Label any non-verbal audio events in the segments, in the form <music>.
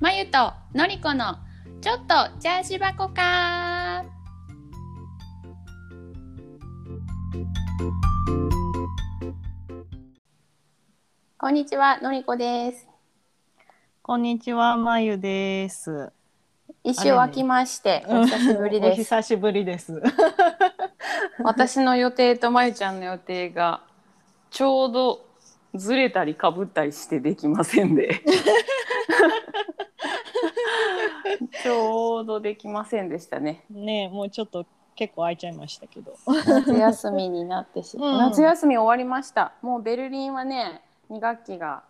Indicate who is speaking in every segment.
Speaker 1: まゆとのりこのちょっとチャージ箱かこんにちはのりこです
Speaker 2: こんにちは、まゆです。
Speaker 1: 一周空きまして、お久しぶり
Speaker 2: お
Speaker 1: です
Speaker 2: 久しぶりです。
Speaker 3: <laughs> 私の予定とまゆちゃんの予定がちょうどずれたりかぶったりしてできません
Speaker 1: <laughs>
Speaker 3: で <laughs> ちょうどできませんでしたね
Speaker 2: <laughs> ねえ、もうちょっと結構空いちゃいましたけど。
Speaker 3: 夏休みになってし、
Speaker 2: うん
Speaker 3: 夏休み終わりましたもうベルリンはね2学期が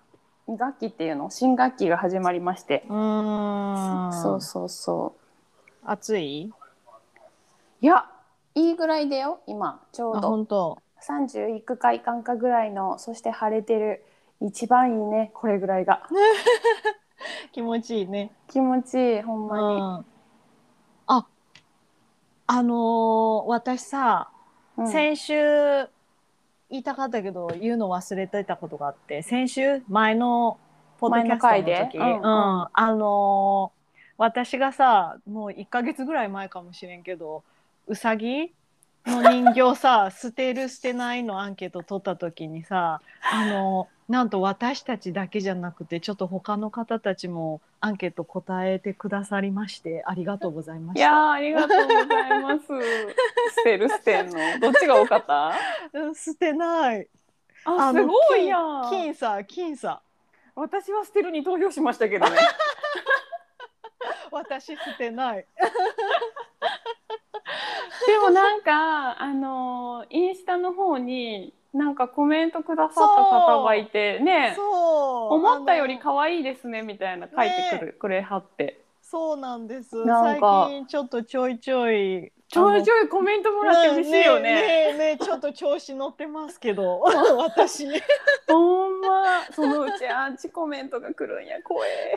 Speaker 3: 2学期っていうの新学期が始まりまして
Speaker 2: うん
Speaker 3: そうそうそう
Speaker 2: 暑い？
Speaker 3: いやいいぐらいだよ今ちょ
Speaker 2: あ、
Speaker 3: うど
Speaker 2: 本当。
Speaker 3: 30いくかいかんかぐらいのそして晴れてる一番いいねこれぐらいが
Speaker 2: 気持ちいいね。
Speaker 3: 気持ちいいほん
Speaker 2: う
Speaker 3: ま
Speaker 2: ん。あ、あのー私さ、
Speaker 3: に、うん
Speaker 2: 先週言いたかったけど言うの忘れてたことがあって、先週前のポッドキャストの時、
Speaker 3: 前の回で
Speaker 2: う
Speaker 3: うんん、うん
Speaker 2: あのー私がさ、もう一ヶ月ぐらい前かもしれんけど、うさぎの人
Speaker 3: <laughs>
Speaker 2: 形さ捨てる捨てないのアンケート取った時にさあのなんと私たちだけじゃなくてちょっと他の方たちもアンケート答えてくださりましてありがとうございま
Speaker 3: い
Speaker 2: し
Speaker 3: や
Speaker 2: た。
Speaker 3: ーありがとうござい <laughs> ます捨てる捨てんのどっちが多かった
Speaker 2: うん捨てないあ
Speaker 3: あ
Speaker 2: の
Speaker 3: すごいやん
Speaker 2: 金さ金さ
Speaker 3: 私は捨てるに投票しましたけどね
Speaker 2: <laughs> 私捨てない。
Speaker 3: <laughs> でもなんかあのーインスタの方になんかコメントくださった方がいてね
Speaker 2: そう
Speaker 3: 思ったよ
Speaker 2: あ
Speaker 3: り
Speaker 2: の
Speaker 3: 可愛いですねみたいな書いてくる、くれはって
Speaker 2: そうなんです
Speaker 3: なんか
Speaker 2: 最近ちょっとちょいちょい
Speaker 3: ちょ
Speaker 2: あ
Speaker 3: い
Speaker 2: の
Speaker 3: ちょいコメントもらって嬉しいよね
Speaker 2: ねえねえねえちょっと調子乗ってますけど私
Speaker 3: <laughs> ほんまそのうちアンチコメントが来るんや怖え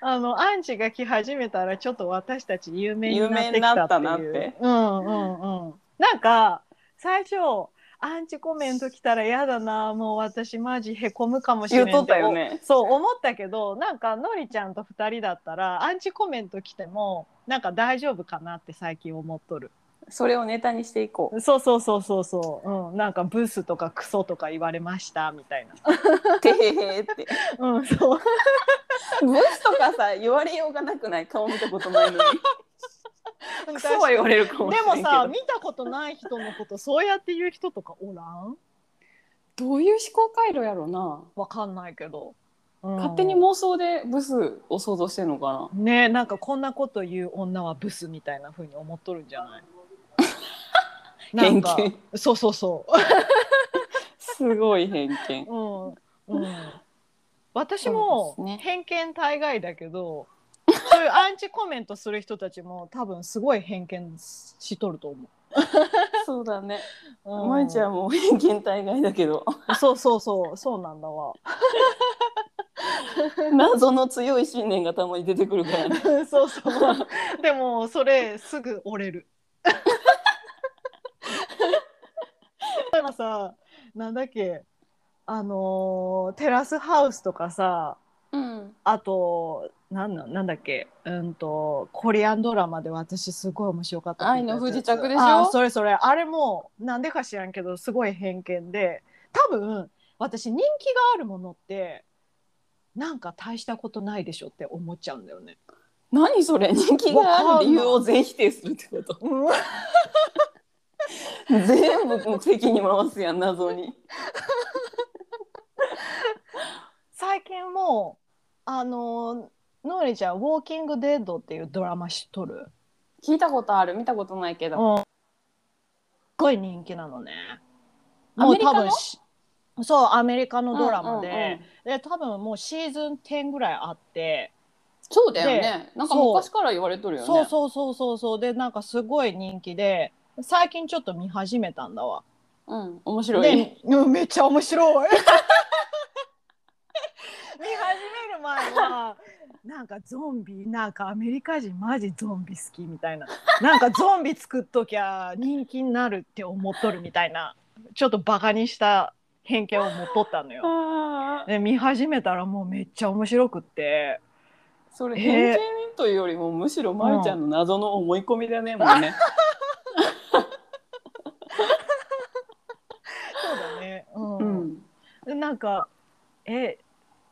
Speaker 2: あのアンチが来始めたらちょっと私たち有名になってき
Speaker 3: 有名に
Speaker 2: た
Speaker 3: な
Speaker 2: っ
Speaker 3: ってた
Speaker 2: いう
Speaker 3: なって
Speaker 2: うんうんうんなんか最初アンチコメント来たら嫌だなもう私マジへこむかもしれ
Speaker 3: <laughs>
Speaker 2: ん
Speaker 3: 言うとったよね
Speaker 2: そう思ったけどなんかのりちゃんと2人だったらアンチコメント来てもなんか大丈夫かなって最近思っとる
Speaker 3: それをネタにしていこ <laughs> う
Speaker 2: そうそうそうそうそう、うん、なんかブスとかクソとか言われましたみた
Speaker 3: <laughs>
Speaker 2: いな
Speaker 3: てへへって
Speaker 2: うんそう
Speaker 3: ブスとかさ言われようがなくない顔見たことないのに <laughs> クソは言われるかもし
Speaker 2: で
Speaker 3: れん
Speaker 2: も
Speaker 3: けど
Speaker 2: さ見たことない人のことそうやって言う人とかおらん
Speaker 3: どういう思考回路やろうな、
Speaker 2: わかんないけど、
Speaker 3: 勝手に妄想でブスを想像してんのかな
Speaker 2: ねなんかこんなこと言う女はブスみたいな風に思っとるんじ
Speaker 3: <laughs>
Speaker 2: ゃないなんか
Speaker 3: 偏見
Speaker 2: そうそうそ
Speaker 3: すごい偏見
Speaker 2: う、うんうん、私
Speaker 3: そ
Speaker 2: も
Speaker 3: うですね
Speaker 2: 偏見大概だけどそういうアンチコメントする人たちも多分すごい偏見しとると思
Speaker 3: そうだね
Speaker 2: う。う
Speaker 3: まゆちゃんも偏見大概だけ <laughs> ど
Speaker 2: そうそうそうそうなんだ
Speaker 3: <laughs>
Speaker 2: わ。
Speaker 3: 謎の強い信念がたまに出てくるからね
Speaker 2: そうそう。でもそれすぐ折れる。 <laughs> 例えばさ、なんだっけ、あのーテラスハウスとかさ、
Speaker 3: うん
Speaker 2: あとなんなんなんだっけ、うんとコリアンドラマで私すごい面白かった
Speaker 3: 愛の不時着でしょ
Speaker 2: あ、それそれ。あれもなんでか知らんけどすごい偏見で、多分私人気があるものって。なんか大したことないでしょって思っちゃうんだよね。
Speaker 3: 何それ人気がある理由を全否定するってこと
Speaker 2: う
Speaker 3: <laughs>
Speaker 2: ん
Speaker 3: 全部目的に回すやん謎に
Speaker 2: 最近もうあののりちゃん「ウォーキング・デッド」っていうドラマ知っとる
Speaker 3: 聞いたことある見たことないけど
Speaker 2: すごい人気なのね
Speaker 3: アメリカの
Speaker 2: もう多分しそうアメリカのドラマで,、
Speaker 3: うんうんうん
Speaker 2: で多分もうシーズン10ぐらいあって、
Speaker 3: そうだよねなんか昔から言われとるよね
Speaker 2: そうそうそうそうそうでなんかすごい人気で最近ちょっと見始めたんだわ
Speaker 3: うん、面白い。
Speaker 2: で、うんめっちゃ面 <laughs> 白い。見始める前はなんかゾンビなんかアメリカ人マジゾンビ好きみたいななんかゾンビ作っときゃ人気になるって思っとるみたいなちょっとバカにした偏見を持っとったのよ。
Speaker 3: あー
Speaker 2: で見始めたらもうめっちゃ面白くって
Speaker 3: それ
Speaker 2: えー
Speaker 3: 偏見というよりもむしろまゆちゃんの謎の思い込みだね、もうね。
Speaker 2: そうだね。うん。
Speaker 3: うん、
Speaker 2: でなんかえ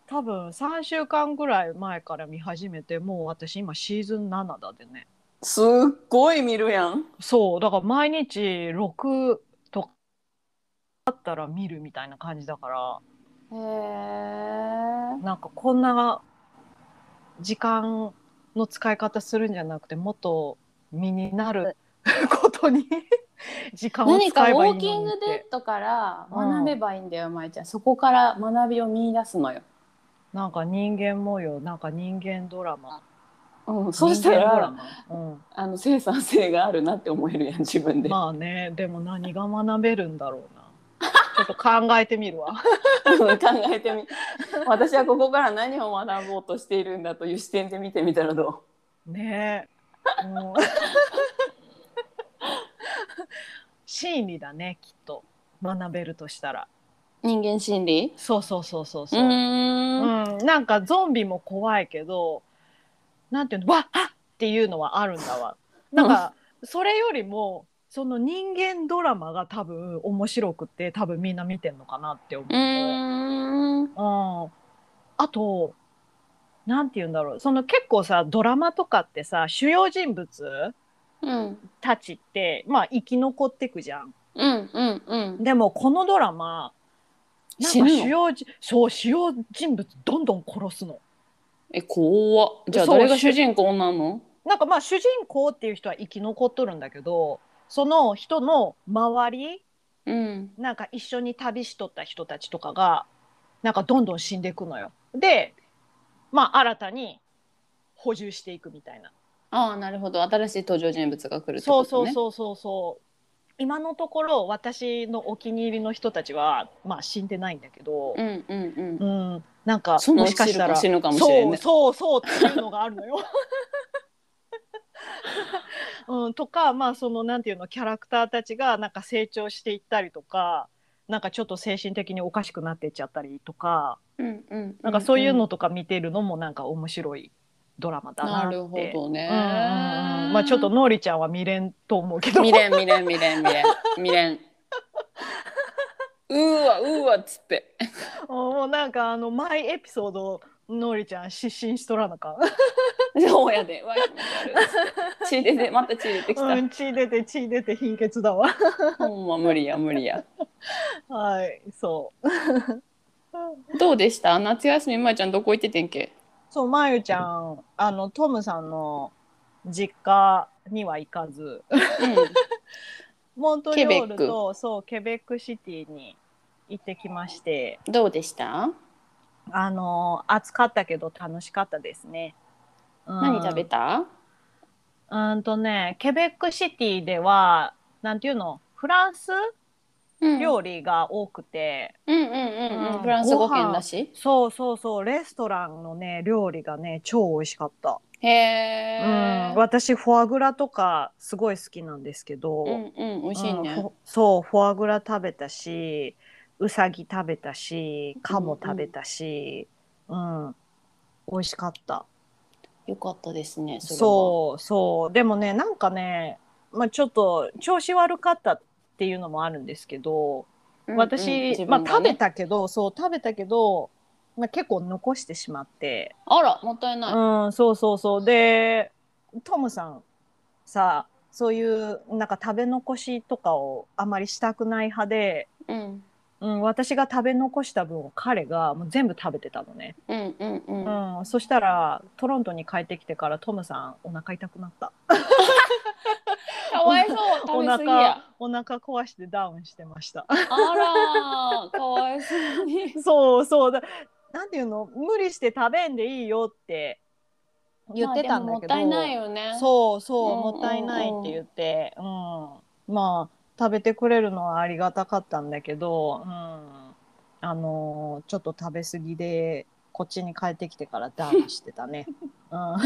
Speaker 2: 多分3週間ぐらい前から見始めてもう私今シーズン7だでね
Speaker 3: すっごい見るやん。
Speaker 2: そうだから毎日6とかだったら見るみたいな感じだから
Speaker 3: へえ。
Speaker 2: なんかこんな時間の使い方するんじゃなくてもっと身になることに <laughs> 時間を
Speaker 3: 何か
Speaker 2: 使え
Speaker 3: ウ
Speaker 2: ばいい
Speaker 3: ォー
Speaker 2: のに
Speaker 3: キング
Speaker 2: って
Speaker 3: デッドから
Speaker 2: うん
Speaker 3: 学べばいいんだよ、まゆちゃん。そこから学びを見出すのよ。
Speaker 2: なんか人間模様なんか人間ドラマ
Speaker 3: うん、そうした
Speaker 2: 人間ドラ
Speaker 3: ら、
Speaker 2: マ、うん、
Speaker 3: あの生産性があるなって思えるやん、自分で。
Speaker 2: まあねでも何が学べるんだろうなちょっと考えてみる <laughs> わ
Speaker 3: うん考えてみ。私はここから何を学ぼうとしているんだという視点で見てみたらど
Speaker 2: ねえ、うん、心理だねきっと学べるとしたら
Speaker 3: う。人間心理。
Speaker 2: そうそうそうそう
Speaker 3: う
Speaker 2: そう、
Speaker 3: ーん。
Speaker 2: うんなんかゾンビも怖いけどなんていうのわっはっっていうのはあるんだわなんかそれよりもその人間ドラマが多分面白くて多分みんな見てんのかなって思う
Speaker 3: うーん。
Speaker 2: うん、あとなんて言うんだろうその結構さドラマとかってさ主要人物
Speaker 3: うん。
Speaker 2: たちってまあ生き残ってくじゃん。
Speaker 3: うんうんうん。
Speaker 2: でもこのドラマなん
Speaker 3: 死
Speaker 2: か
Speaker 3: ぬの
Speaker 2: 主要じそう主要人物どんどん殺すの。
Speaker 3: え、怖っ。じゃあ、
Speaker 2: そう
Speaker 3: 誰が主人公なの。
Speaker 2: なんかまあ主人公っていう人は生き残っとるんだけどその人の周り
Speaker 3: うん。
Speaker 2: なんか一緒に旅しとった人たちとかがなんかどんどん死んでいくのよ。でまあ新たに補充していくみたいな。
Speaker 3: ああ、なるほど。新しい登場人物が来るって
Speaker 2: そ
Speaker 3: こ
Speaker 2: うそ
Speaker 3: と
Speaker 2: う
Speaker 3: ね。
Speaker 2: そうそうそう今のところ私のお気に入りの人たちはまあ死んでないんだけど
Speaker 3: う、んうんうん
Speaker 2: う。んなんか
Speaker 3: その
Speaker 2: もしかしたら
Speaker 3: 死ぬかもしれんね
Speaker 2: そうそうそうっていうのがあるのよ。 <laughs> うん、とかまあそのなんていうのキャラクターたちがなんか成長していったりとかなんかちょっと精神的におかしくなっていっちゃったりとか
Speaker 3: うんうん。
Speaker 2: なんかそういうのとか見てるのもなんか面白いドラマだな
Speaker 3: な
Speaker 2: って。
Speaker 3: るほどね。
Speaker 2: うんうんうんまあちょっとのりちゃんは見れんと思うけど
Speaker 3: 未練未練未練未練未練。うーわうーわっつって。
Speaker 2: もうなんかあの毎エピソードのりちゃん失神しとらなかん
Speaker 3: そうやで。わ気持ち悪いっつって
Speaker 2: <laughs>
Speaker 3: 血出てまた血出てきた。
Speaker 2: うん血出て血出て貧血だわ <laughs>
Speaker 3: ほんま無理や無理や。
Speaker 2: はいそう
Speaker 3: どうでした？夏休みまゆちゃんどこ行っててんけ？
Speaker 2: そうまゆちゃんあのトムさんの実家には行かずモントリオール
Speaker 3: ケベ
Speaker 2: とそうケベックシティに行ってきまして
Speaker 3: うん。どうでした？
Speaker 2: あの暑かったけど楽しかったですね、うん
Speaker 3: 何食べた？
Speaker 2: うーんとねケベックシティではなんていうのフランス
Speaker 3: うん
Speaker 2: 料理が多くて、
Speaker 3: うんうんうんう。
Speaker 2: うんん
Speaker 3: フランス語圏だし。
Speaker 2: そうそうそうレストランのね料理がね超美味しかった、
Speaker 3: へえ
Speaker 2: うん、。私フォアグラとかすごい好きなんですけど、
Speaker 3: うんうん美味しい
Speaker 2: うん
Speaker 3: ね。
Speaker 2: フォそうフォアグラ食べたしうさぎ食べたしカモ食べたし、うん美味しかった
Speaker 3: よかったですね。それは
Speaker 2: そうそうでもねなんかね、まあ、ちょっと調子悪かったっていうのもあるんですけど
Speaker 3: うんうん
Speaker 2: 私、
Speaker 3: 自分が
Speaker 2: まあ
Speaker 3: ね
Speaker 2: 食べたけどそう食べたけど、まあ、結構残してしまって、
Speaker 3: あらもったいない。
Speaker 2: うん、そうそうそう。で、トムさんさ、そういうなんか食べ残しとかをあまりしたくない派で、
Speaker 3: うん
Speaker 2: うん、私が食べ残した分を彼がもう全部食べてたのね。
Speaker 3: うんうんうん。
Speaker 2: うん、そしたらトロントに帰ってきてからトムさんお腹痛くなった。
Speaker 3: かわいそう食
Speaker 2: お
Speaker 3: べ過ぎや
Speaker 2: 腹お腹壊してダウンしてました。 <laughs>
Speaker 3: あらかわいそうに
Speaker 2: そうそうだ。なんていうの無理して食べんでいいよって <laughs> 言ってたんだけど。
Speaker 3: まあでももったいないよね
Speaker 2: そうそ
Speaker 3: う
Speaker 2: う、
Speaker 3: んうんうん
Speaker 2: もったいないって言って、うん、まあ食べてくれるのはありがたかったんだけど、うん、あのーちょっと食べ過ぎでこっちに帰ってきてからダウンして
Speaker 3: <laughs>
Speaker 2: たね。うん、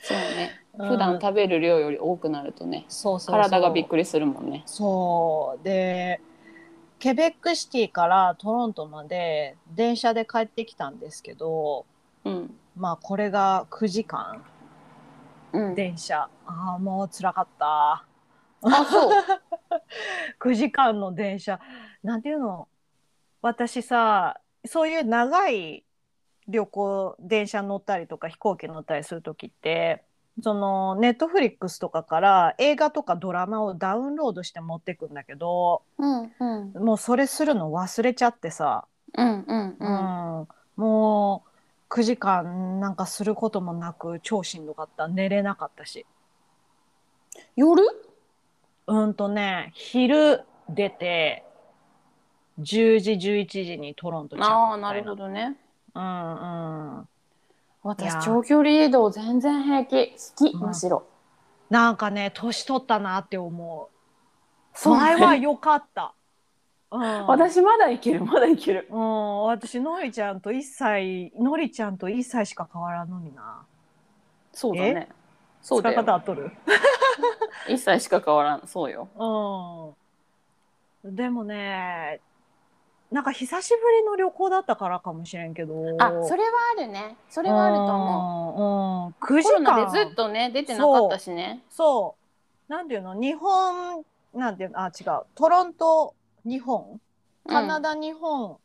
Speaker 3: そうね
Speaker 2: うん
Speaker 3: 普段食べる量より多くなるとね
Speaker 2: そうそうそう
Speaker 3: 体がびっくりするもんね
Speaker 2: そうでケベックシティからトロントまで電車で帰ってきたんですけど
Speaker 3: うん
Speaker 2: まあこれが9時間
Speaker 3: うん、
Speaker 2: 電車ああもう辛かった
Speaker 3: あそう
Speaker 2: 9時間の電車なんていうの私さそういう長い旅行電車乗ったりとか飛行機乗ったりする時ってそのネットフリックスとかから映画とかドラマをダウンロードして持ってくんだけど
Speaker 3: うんうん
Speaker 2: もうそれするの忘れちゃってさ、
Speaker 3: うんうん
Speaker 2: う
Speaker 3: うん
Speaker 2: んもう9時間なんかすることもなく超しんどかった寝れなかったし
Speaker 3: 夜
Speaker 2: うんとね昼出て10時11時にトロント着くみたい
Speaker 3: ああなるほどね
Speaker 2: うんうんいや
Speaker 3: 私長距離移動全然平気好き
Speaker 2: うん
Speaker 3: むしろ
Speaker 2: なんかね年取ったなって思う
Speaker 3: そう
Speaker 2: 前は
Speaker 3: ね
Speaker 2: 良かった、うん、
Speaker 3: 私まだいけるまだいける
Speaker 2: うん、私のりちゃんと1歳のりちゃんと1歳しか変わらんのにな
Speaker 3: そうだねそう
Speaker 2: 使
Speaker 3: だ
Speaker 2: い
Speaker 3: よ
Speaker 2: 方合っとる
Speaker 3: 一切しか変わらんそうよ
Speaker 2: うんでもねなんか久しぶりの旅行だったからかもしれんけど
Speaker 3: あそれはあるねそれはあると思う
Speaker 2: 思う、うん、9時
Speaker 3: コロナ
Speaker 2: 間
Speaker 3: でずっとね出てなかったしね
Speaker 2: そうなんていうの日本なんていうのあ違うトロント日本カナダ日本っ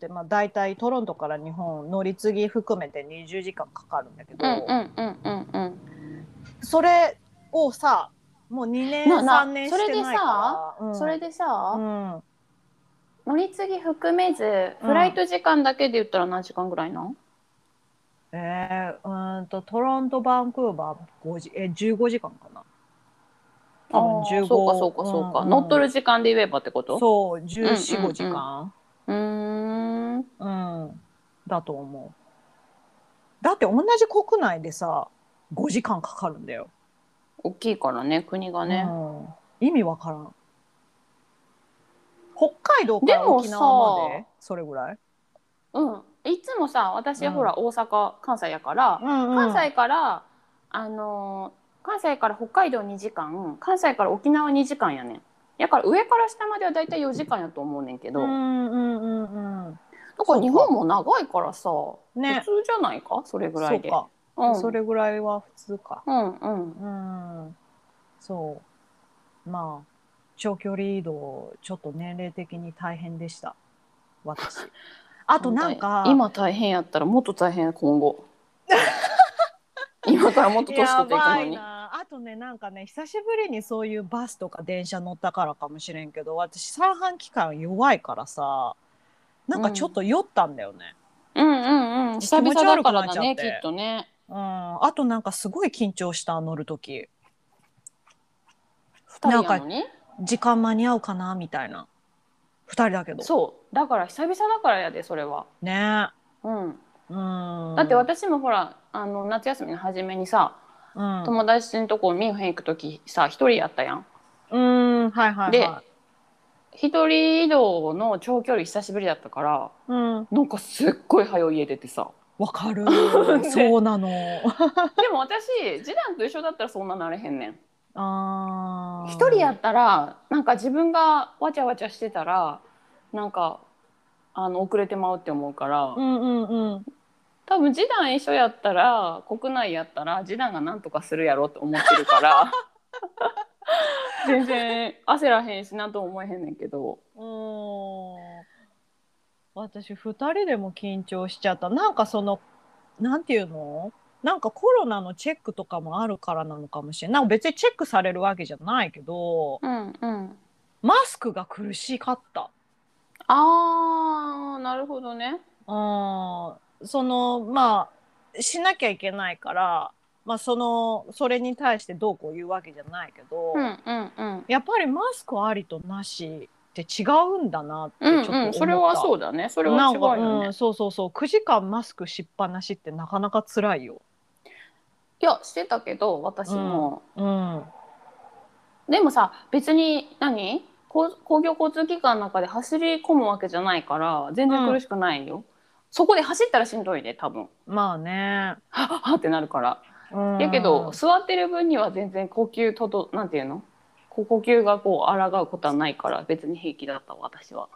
Speaker 2: て、まあ、大体トロントから日本乗り継ぎ含めて20時間かかるんだけど、
Speaker 3: うんうんうんうんうん
Speaker 2: それをさもう2年
Speaker 3: なな
Speaker 2: 3年してないから、
Speaker 3: それ
Speaker 2: で
Speaker 3: でさ、
Speaker 2: うん、うん
Speaker 3: 乗り継ぎ含めず
Speaker 2: うん
Speaker 3: フライト時間だけで言ったら何時間ぐらいなん、
Speaker 2: えー、うーんとトロントバンクーバー5時え15時間かな
Speaker 3: あ
Speaker 2: 多分
Speaker 3: あ
Speaker 2: 15
Speaker 3: そうかそうかそうか、
Speaker 2: うんうん
Speaker 3: 乗っとる時間で言えばってこと
Speaker 2: そう1415時間、
Speaker 3: うーん
Speaker 2: うんだと思うだって同じ国内でさ5時間かかるんだよ、
Speaker 3: 大きいからね国がね、
Speaker 2: うん、意味わからん北海道から
Speaker 3: でもさ
Speaker 2: 沖縄までそれぐらい、
Speaker 3: うんいつもさ私、
Speaker 2: うん
Speaker 3: ほら大阪関西やから、
Speaker 2: うん
Speaker 3: 関西からあのー関西から北海道2時間関西から沖縄2時間やねんやから上から下まではだいたい4時間やと思うねんけ
Speaker 2: う
Speaker 3: ど、だ
Speaker 2: んうんうんうん
Speaker 3: から日本も長いからさ、
Speaker 2: ね
Speaker 3: 普通じゃないかそれぐら
Speaker 2: そ
Speaker 3: いうで
Speaker 2: か、
Speaker 3: うん、
Speaker 2: それぐらいは普通か
Speaker 3: うんうん
Speaker 2: うんそうまあ長距離移動ちょっと年齢的に大変でした
Speaker 3: <laughs>
Speaker 2: 私あとなんか
Speaker 3: 今大変やったらもっと大変今
Speaker 2: <laughs>
Speaker 3: 後今からもっと年取っていくのに
Speaker 2: なあとねなんかね久しぶりにそういうバスとか電車乗ったからかもしれんけど私三半規管弱いからさなんかちょっと酔ったんだよね、
Speaker 3: うんうんうん久々だからだね
Speaker 2: 気持ち悪くなっちゃっ
Speaker 3: き
Speaker 2: て
Speaker 3: っとね
Speaker 2: うんあとなんかすごい緊張した乗る時
Speaker 3: 二人やのに
Speaker 2: 時間間に合うかなみたいな2人だけど
Speaker 3: そうだから久々だからやでそれは、
Speaker 2: ね
Speaker 3: うん、
Speaker 2: うん
Speaker 3: だって私もほらあの夏休みの初めにさ
Speaker 2: うん
Speaker 3: 友達のとこミュンヘン行く時さ一人やったやん
Speaker 2: うんはいはいはい
Speaker 3: で一人移動の長距離久しぶりだったから
Speaker 2: うん、
Speaker 3: なんかすっごい早い家出てさ
Speaker 2: わ
Speaker 3: <laughs>
Speaker 2: かる
Speaker 3: ね
Speaker 2: そ
Speaker 3: <laughs>
Speaker 2: うなの
Speaker 3: でも私次男と一緒だったらそんななれへんねん
Speaker 2: あー
Speaker 3: 一人やったらなんか自分がわちゃわちゃしてたらなんかあの遅れてまうって思うから、
Speaker 2: うんうんうん
Speaker 3: 多分次男一緒やったら国内やったら次男がなんとかするやろって思ってるから <laughs> 全然焦らへんしなんとも思えへんねんけど
Speaker 2: おー私2人でも緊張しちゃったなんかそのなんていうのなんかコロナのチェックとかもあるからなのかもしれないなんか別にチェックされるわけじゃないけど
Speaker 3: うんうん
Speaker 2: マスクが苦しかった
Speaker 3: あーなるほどね
Speaker 2: うんそのまあしなきゃいけないから、まあ、そのそれに対してどうこう言うわけじゃないけど、
Speaker 3: うんうんうん
Speaker 2: やっぱりマスクありとなしって違うんだなって
Speaker 3: う
Speaker 2: ちょ
Speaker 3: ん
Speaker 2: っと
Speaker 3: う
Speaker 2: 思った、
Speaker 3: んそれはそうだねそれは
Speaker 2: な
Speaker 3: 違
Speaker 2: ん
Speaker 3: う
Speaker 2: か、
Speaker 3: よね、
Speaker 2: うん、
Speaker 3: い
Speaker 2: そうそうそう9時間マスクしっぱなしってなかなか辛いよ。
Speaker 3: やしてたけど私も、
Speaker 2: うん、
Speaker 3: でもさ別に何公公共交通機関の中で走り込むわけじゃないから全然苦しくないよ、そこで走ったらしんどいね多分
Speaker 2: まあね。
Speaker 3: はっはっってなるから、
Speaker 2: うん
Speaker 3: やけど座ってる分には全然呼吸ととなんていうのこう呼吸がこう抗うことはないから別に平気だったわ私は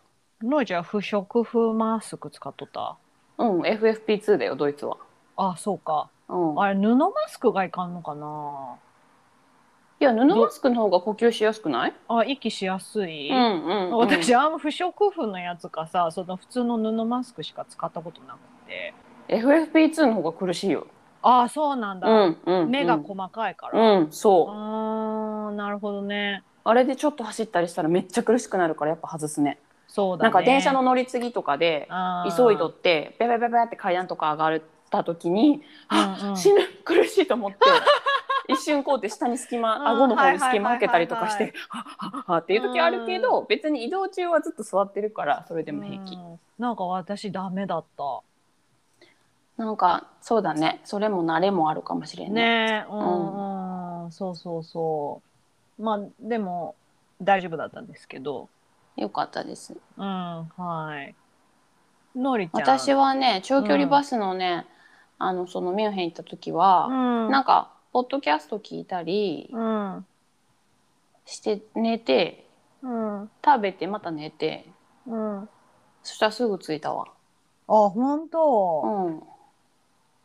Speaker 2: ノイちゃん不織布マスク使っとった
Speaker 3: うん、FFP2 だよ、ドイツは。
Speaker 2: あそうか
Speaker 3: うん、い
Speaker 2: あれ布マスクがいかんのかな
Speaker 3: や、布マスクの方が呼吸しやすくない
Speaker 2: あ息しやすい、
Speaker 3: うんうん、うん。
Speaker 2: 私あんま不織布のやつかさその普通の布マスクしか使ったことなくて
Speaker 3: FFP2 の方が苦しいよ。
Speaker 2: ああそうなんだ、
Speaker 3: うんうん。
Speaker 2: 目が細かいから、
Speaker 3: うん、そう。
Speaker 2: あーなるほどね
Speaker 3: あれでちょっと走ったりしたらめっちゃ苦しくなるからやっぱ外すね。
Speaker 2: そう
Speaker 3: な
Speaker 2: だね
Speaker 3: んか電車の乗り継ぎとかで
Speaker 2: あー
Speaker 3: 急いどってペペペペって階段とか上がった時に
Speaker 2: うんう
Speaker 3: あ
Speaker 2: ん
Speaker 3: 死ぬ苦しいと思って <laughs> 一瞬こうって下に隙間
Speaker 2: うん
Speaker 3: 顎の方に隙間開けたりとかし
Speaker 2: は
Speaker 3: てはっはっはっていう時あるけど別に移動中はずっと座ってるからそれでも平気。
Speaker 2: うんなんか私ダメだった
Speaker 3: なんかそうだねそれも慣れもあるかもしれない。
Speaker 2: ねえうん、うん、そうそうそうまあでも大丈夫だったんですけど
Speaker 3: よかったです。
Speaker 2: うんはいのりちゃん
Speaker 3: 私
Speaker 2: は、
Speaker 3: はね長距離バスのねあのそのミュンヘン行った時は
Speaker 2: うん、
Speaker 3: なんかポッドキャスト聞いたり
Speaker 2: うん
Speaker 3: して寝て
Speaker 2: うん
Speaker 3: 食べてまた寝て
Speaker 2: うんあ
Speaker 3: そしたらすぐ着いたわ
Speaker 2: 本当、
Speaker 3: うん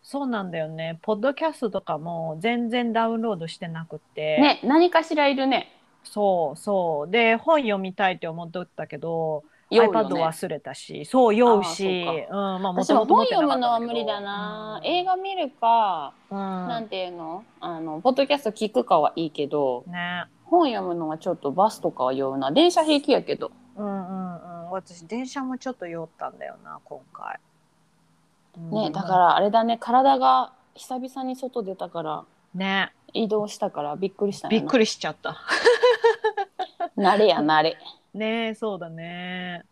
Speaker 2: そうなんだよねポッドキャストとかも全然ダウンロードしてなくて、
Speaker 3: ね何かしらいるね
Speaker 2: そうそうで本読みたいって思っとったけど、
Speaker 3: 酔うよ
Speaker 2: iPad
Speaker 3: ね
Speaker 2: 忘れたしそう酔うし
Speaker 3: あー
Speaker 2: うんまあ
Speaker 3: 私は
Speaker 2: 元々
Speaker 3: 本
Speaker 2: 持ってな
Speaker 3: 読
Speaker 2: か
Speaker 3: む
Speaker 2: った
Speaker 3: の
Speaker 2: ん
Speaker 3: は
Speaker 2: けど
Speaker 3: 無理だな、
Speaker 2: うん
Speaker 3: 映画見るか、な
Speaker 2: うん
Speaker 3: ていうのあのポッドキャスト聞くかはいいけど
Speaker 2: んね
Speaker 3: 本読むのはちょっとバスとかは酔うな電車平気やけど
Speaker 2: うんうんうん、私電車もちょっと酔ったんだよな今回、
Speaker 3: ね、
Speaker 2: うん
Speaker 3: だからあれだね体が久々に外出たから
Speaker 2: ね
Speaker 3: 移動したからびっくりしたん
Speaker 2: び
Speaker 3: や
Speaker 2: っ
Speaker 3: な
Speaker 2: くりしちゃった
Speaker 3: 慣れや慣れ
Speaker 2: ねそうだね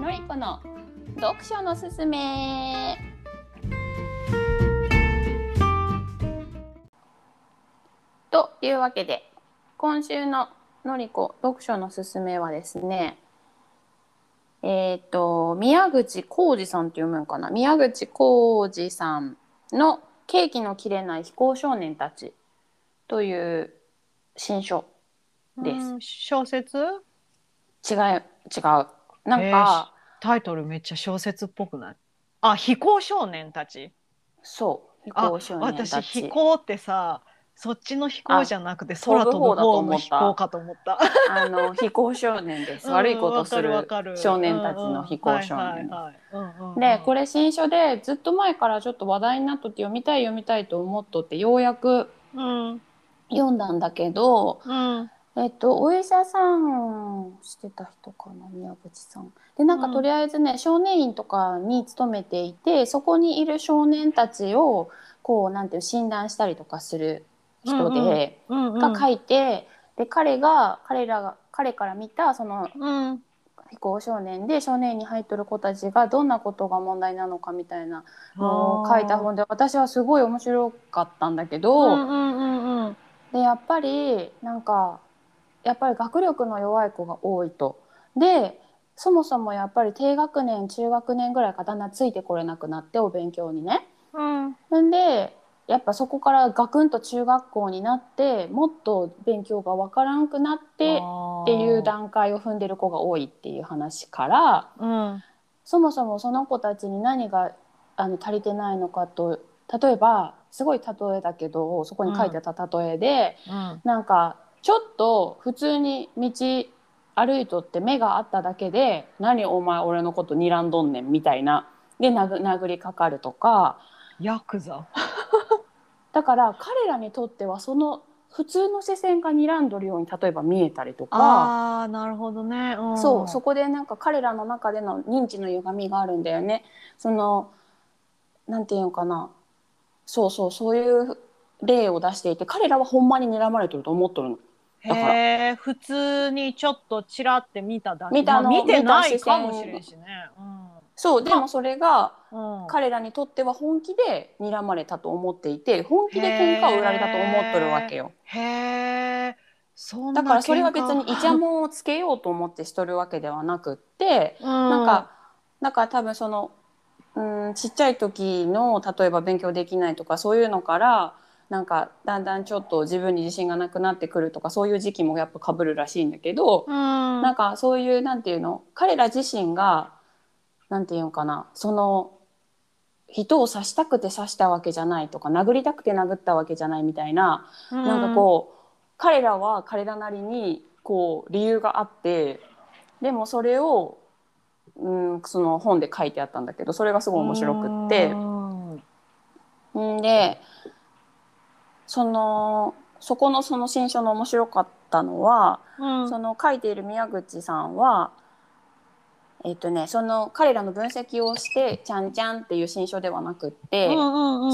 Speaker 1: のりこの読書のすすめ
Speaker 3: というわけで今週ののりこ読書のすすめはですねえっ、と宮口浩二さんと読むんかな宮口浩二さんの「ケーキの切れない非行少年たち」という新書です
Speaker 2: うん小説
Speaker 3: 違う違うなんか
Speaker 2: タイトルめっちゃ小説っぽくないあ非行少年たち
Speaker 3: そう非
Speaker 2: あ
Speaker 3: 行少年
Speaker 2: 私
Speaker 3: た
Speaker 2: 非
Speaker 3: ち
Speaker 2: 行ってさそっちの飛行じゃなくて
Speaker 3: あ
Speaker 2: 空飛ぶ
Speaker 3: 飛ぶ方
Speaker 2: 方
Speaker 3: だと思
Speaker 2: の
Speaker 3: った
Speaker 2: 飛行かと思った。
Speaker 3: あの非行少年です
Speaker 2: うん
Speaker 3: 悪いこと
Speaker 2: わ
Speaker 3: す
Speaker 2: かる
Speaker 3: る
Speaker 2: わかる
Speaker 3: 少年たちの非行少
Speaker 2: うん
Speaker 3: 年
Speaker 2: うんはいはいはいうんうんうん
Speaker 3: でこれ新書でずっと前からちょっと話題になっとって読みたい読みたいと思っとってようやく
Speaker 2: うん
Speaker 3: 読んだんだけど、
Speaker 2: うん
Speaker 3: えっと、お医者さんしてた人かな宮口さん。でなんか
Speaker 2: うん
Speaker 3: とりあえずね、少年院とかに勤めていてそこにいる少年たちをこうなんていう診断したりとかする人で、
Speaker 2: うんうん
Speaker 3: が書いてで彼が彼らが彼から見たその
Speaker 2: うん
Speaker 3: 非行少年で少年院に入っとる子たちがどんなことが問題なのかみたいなのを書いた本で私はすごい面白かったんだけど、
Speaker 2: うんうんうんうん
Speaker 3: でやっぱりなんかやっぱり学力の弱い子が多いと。でそもそもやっぱり低学年中学年ぐらいからだんだんついてこれなくなってお勉強にね。
Speaker 2: うん
Speaker 3: んでやっぱそこからガクンと中学校になってもっと勉強がわからんくなってっていう段階を踏んでる子が多いっていう話から。
Speaker 2: うん
Speaker 3: そもそもその子たちに何があの足りてないのかと例えばすごい例えだけどそこに書いてた例えで、
Speaker 2: うん
Speaker 3: なんかちょっと普通に道歩いとって目があっただけで「何お前俺のこと睨んどんねん」みたいなで殴殴りかかるとか
Speaker 2: ヤクザ
Speaker 3: だから彼らにとってはその普通の視線が睨んどるように例えば見えたりとか。
Speaker 2: ああなるほどね、うん、
Speaker 3: そうそこでなんか彼らの中での認知の歪みがあるんだよね。そのなんていうのかなそうそうそういう例を出していて彼らはほんまに睨まれてると思っとるの。
Speaker 2: へえ普通にちょっとちらって見ただけ
Speaker 3: 見たの
Speaker 2: まあ見てな
Speaker 3: 見
Speaker 2: い
Speaker 3: た視線
Speaker 2: かもしれんしね
Speaker 3: そうでもそれが
Speaker 2: うん、うん、
Speaker 3: 彼らにとっては本気で睨まれたと思っていて本気で喧嘩を売られたと思っとるわけよ。
Speaker 2: へえそんな
Speaker 3: だからそれは別
Speaker 2: 喧嘩
Speaker 3: にイチャモンをつけようと思ってしとるわけではなくって。
Speaker 2: うん、
Speaker 3: な
Speaker 2: なん
Speaker 3: か、なんか多分その、うん、ちっちゃい時の、例えば勉強できないとか、そういうのから、なんかだんだんちょっと自分に自信がなくなってくるとかそういう時期もやっぱかぶるらしいんだけど、
Speaker 2: うん
Speaker 3: なんかそういうなんていうの彼ら自身がなんていうのかなその人を刺したくて刺したわけじゃないとか殴りたくて殴ったわけじゃないみたいな、なんかこう彼らは彼らなりにこう理由があってでもそれを、うん、その本で書いてあったんだけどそれがす
Speaker 2: う
Speaker 3: ごい面白くって。
Speaker 2: ん
Speaker 3: んでそのそこのその新書の面白かったのは
Speaker 2: うん
Speaker 3: その書いている宮口さんは、えっとね、その彼らの分析をして「ちゃんちゃん」っていう新書ではなくって、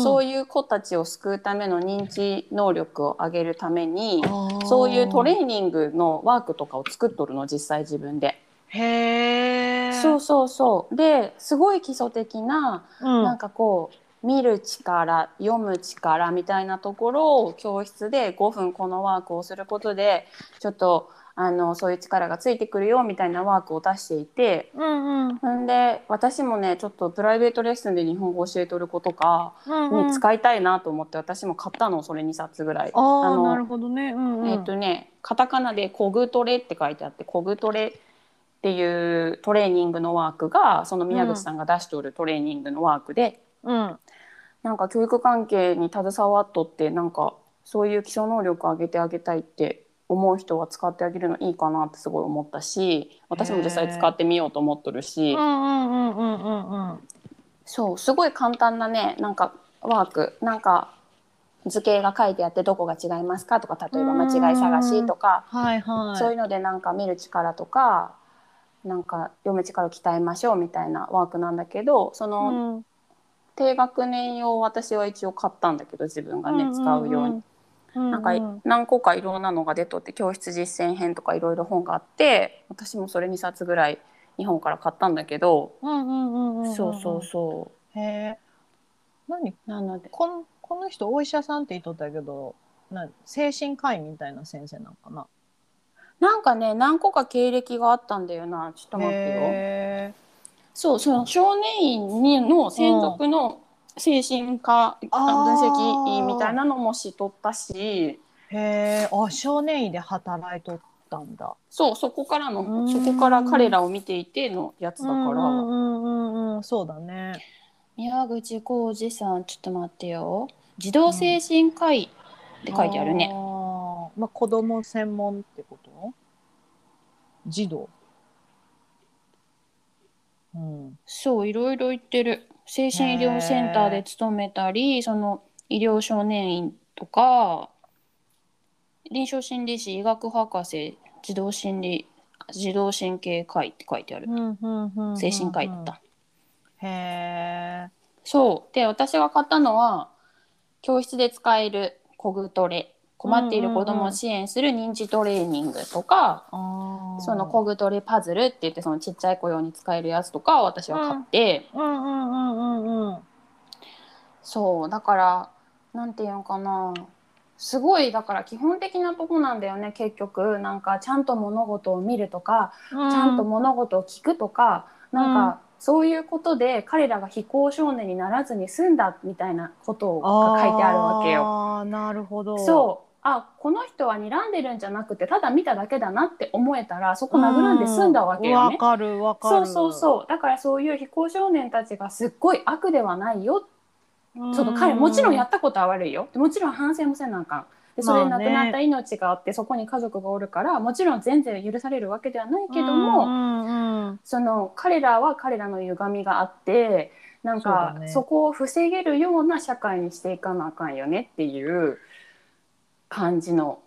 Speaker 3: そういう子たちを救うための認知能力を上げるためにそういうトレーニングのワークとかを作っとるの実際自分で。
Speaker 2: へえ。
Speaker 3: そうそうそうですごい基礎的な
Speaker 2: うん。
Speaker 3: なんかこう見る力読む力みたいなところを教室で5分このワークをすることでちょっとあのそういう力がついてくるよみたいなワークを出していて
Speaker 2: うんうん。
Speaker 3: んで私もねちょっとプライベートレッスンで日本語を教えとる子とか
Speaker 2: うん
Speaker 3: に
Speaker 2: うん。
Speaker 3: 使いたいなと思って私も買ったのそれ2冊ぐらい。
Speaker 2: ああ
Speaker 3: の
Speaker 2: なるほどね。うんうん。
Speaker 3: えっ、とねカタカナで「コグトレ」って書いてあって「コグトレ」っていうトレーニングのワークがその宮口さんが出しておるトレーニングのワークで、
Speaker 2: うん。
Speaker 3: なんか教育関係に携わっとってなんかそういう基礎能力を上げてあげたいって思う人は使ってあげるのいいかなってすごい思ったし私も実際使ってみようと思っとるし、
Speaker 2: うんうんうんうんうんうん。
Speaker 3: そうすごい簡単なねなんかワークなんか図形が書いてあってどこが違いますかとか例えば間違い探しとか
Speaker 2: はいはい。
Speaker 3: そういうのでなんか見る力とかなんか読む力を鍛えましょうみたいなワークなんだけどその
Speaker 2: うん
Speaker 3: 低学年用私は一応買ったんだけど自分がね使うように。。
Speaker 2: うん
Speaker 3: なんか
Speaker 2: うん
Speaker 3: 何個かいろんなのが出とって教室実践編とかいろいろ本があって私もそれ2冊ぐらい日本から買ったんだけど、
Speaker 2: うんうんうん。
Speaker 3: そうそうそ
Speaker 2: うん。へえ。何
Speaker 3: うなので
Speaker 2: このこの人お医者さんって言っとったけど、な精神科医みたいな先生なのかな。
Speaker 3: なんかね何個か経歴があったんだよなちょっと待ってよ
Speaker 2: へえ。
Speaker 3: そうその少年院にの専属の精神科
Speaker 2: あ
Speaker 3: 分
Speaker 2: ー
Speaker 3: 析医みたいなのもしとったし
Speaker 2: へえ。あ少年院で働いとったんだ。
Speaker 3: そうそこからの
Speaker 2: うん
Speaker 3: そこから彼らを見ていてのやつだから、
Speaker 2: うんうんうんうんそうだね。
Speaker 3: 宮口浩二さんちょっと待ってよ児童精神科医って書いてあるね、
Speaker 2: あーまあ、子供専門ってこと児童。うん。
Speaker 3: そういろいろ言ってる精神医療センターで勤めたりその医療少年院とか臨床心理士医学博士児童心理児童神経科医って書いてある
Speaker 2: うんうんうん
Speaker 3: 精神科医だった、。
Speaker 2: へえ。
Speaker 3: そうで私が買ったのは教室で使えるコグトレ困っている子どもを支援する認知トレーニングとか、
Speaker 2: ああ。
Speaker 3: そのコグトレパズルって言ってそのちっちゃい子用に使えるやつとかを私は買って、
Speaker 2: うんうんうんうんうん。
Speaker 3: そうだからなんていうのかなすごいだから基本的なとこなんだよね結局なんかちゃんと物事を見るとか、
Speaker 2: ち
Speaker 3: ちゃんと物事を聞くとかなんか、そういうことで彼らが非行少年にならずに済んだみたいなことが書いてあるわけよ。
Speaker 2: ああ、なるほど。
Speaker 3: そうあこの人は睨んでるんじゃなくてただ見ただけだなって思えたらそこ殴らんで済んだわけよね。
Speaker 2: わかるわか
Speaker 3: そ
Speaker 2: る。
Speaker 3: うそうそうだからそういう非行少年たちがすっごい悪ではないよ
Speaker 2: うん。
Speaker 3: その彼もちろんやったことは悪いよでもちろん反省もせなあかんでそれで
Speaker 2: まあ
Speaker 3: 亡
Speaker 2: ね
Speaker 3: くなった命があってそこに家族がおるからもちろん全然許されるわけではないけども、
Speaker 2: うんうんうん
Speaker 3: その彼らは彼らの歪みがあってなんか
Speaker 2: そうだ
Speaker 3: そ,、
Speaker 2: ね
Speaker 3: こを防げるような社会にしていかなあかんよねっていう感じの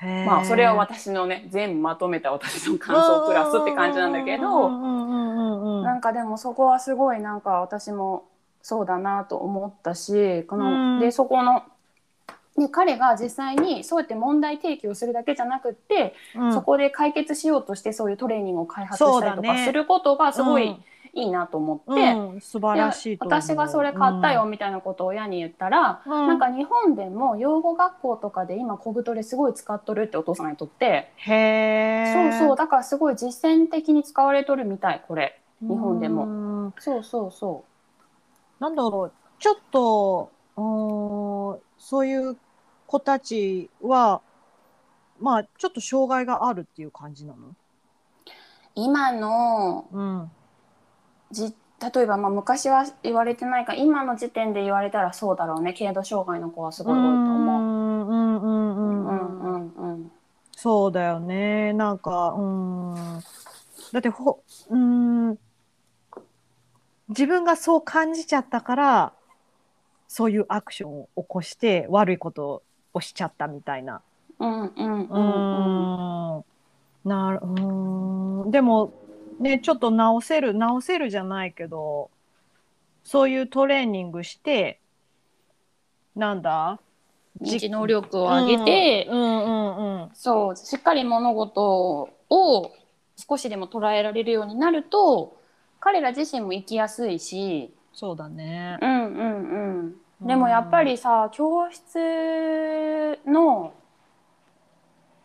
Speaker 2: へー
Speaker 3: まあそれは私のね全まとめた私の感想プラスって感じなんだけど。
Speaker 2: うんうんうんうんうん
Speaker 3: なんかでもそこはすごいなんか私もそうだなと思ったしこの、
Speaker 2: うん
Speaker 3: でそこの、ね、彼が実際にそうやって問題提起をするだけじゃなくって、
Speaker 2: うん
Speaker 3: そこで解決しようとしてそういうトレーニングを開発
Speaker 2: そ
Speaker 3: し
Speaker 2: う
Speaker 3: たり
Speaker 2: だ
Speaker 3: と
Speaker 2: ね
Speaker 3: かすることがすごいいいなと思って、
Speaker 2: うんうん素晴
Speaker 3: で
Speaker 2: らしいと思う
Speaker 3: 私がそれ買ったよ、みたいなことを親に言ったら、
Speaker 2: うん
Speaker 3: なんか日本でも養護学校とかで今コグトレすごい使っとるってお父さんにとって、
Speaker 2: へえ
Speaker 3: そうそうだからすごい実践的に使われとるみたいこれ。日本でも
Speaker 2: も
Speaker 3: そうそうそう
Speaker 2: なんだろうちょっとーそういう子たちは、まあ、ちょっと障害があるっていう感じなの
Speaker 3: 今の
Speaker 2: うん。
Speaker 3: じ例えば、まあ、昔は言われてないから今の時点で言われたらそうだろうね軽度障害の子はすごい多いと思う。
Speaker 2: んうんうんう
Speaker 3: うんうん
Speaker 2: うんうん。
Speaker 3: んうん
Speaker 2: そうだよね。なんか、うん。だってほ、うん。自分がそう感じちゃったから、そういうアクションを起こして悪いことをしちゃったみたいな。
Speaker 3: うんうん
Speaker 2: う
Speaker 3: うんうん
Speaker 2: ん。なる、うん。でも、ね、ちょっと直せる、直せるじゃないけど、そういうトレーニングして、なんだ
Speaker 1: 認知能力を上げて、
Speaker 2: うんうんうんうん。
Speaker 3: そうしっかり物事を少しでも捉えられるようになると彼ら自身も生きやすいし、
Speaker 2: そうだね。
Speaker 3: うんうんうん、でもやっぱりさ教室の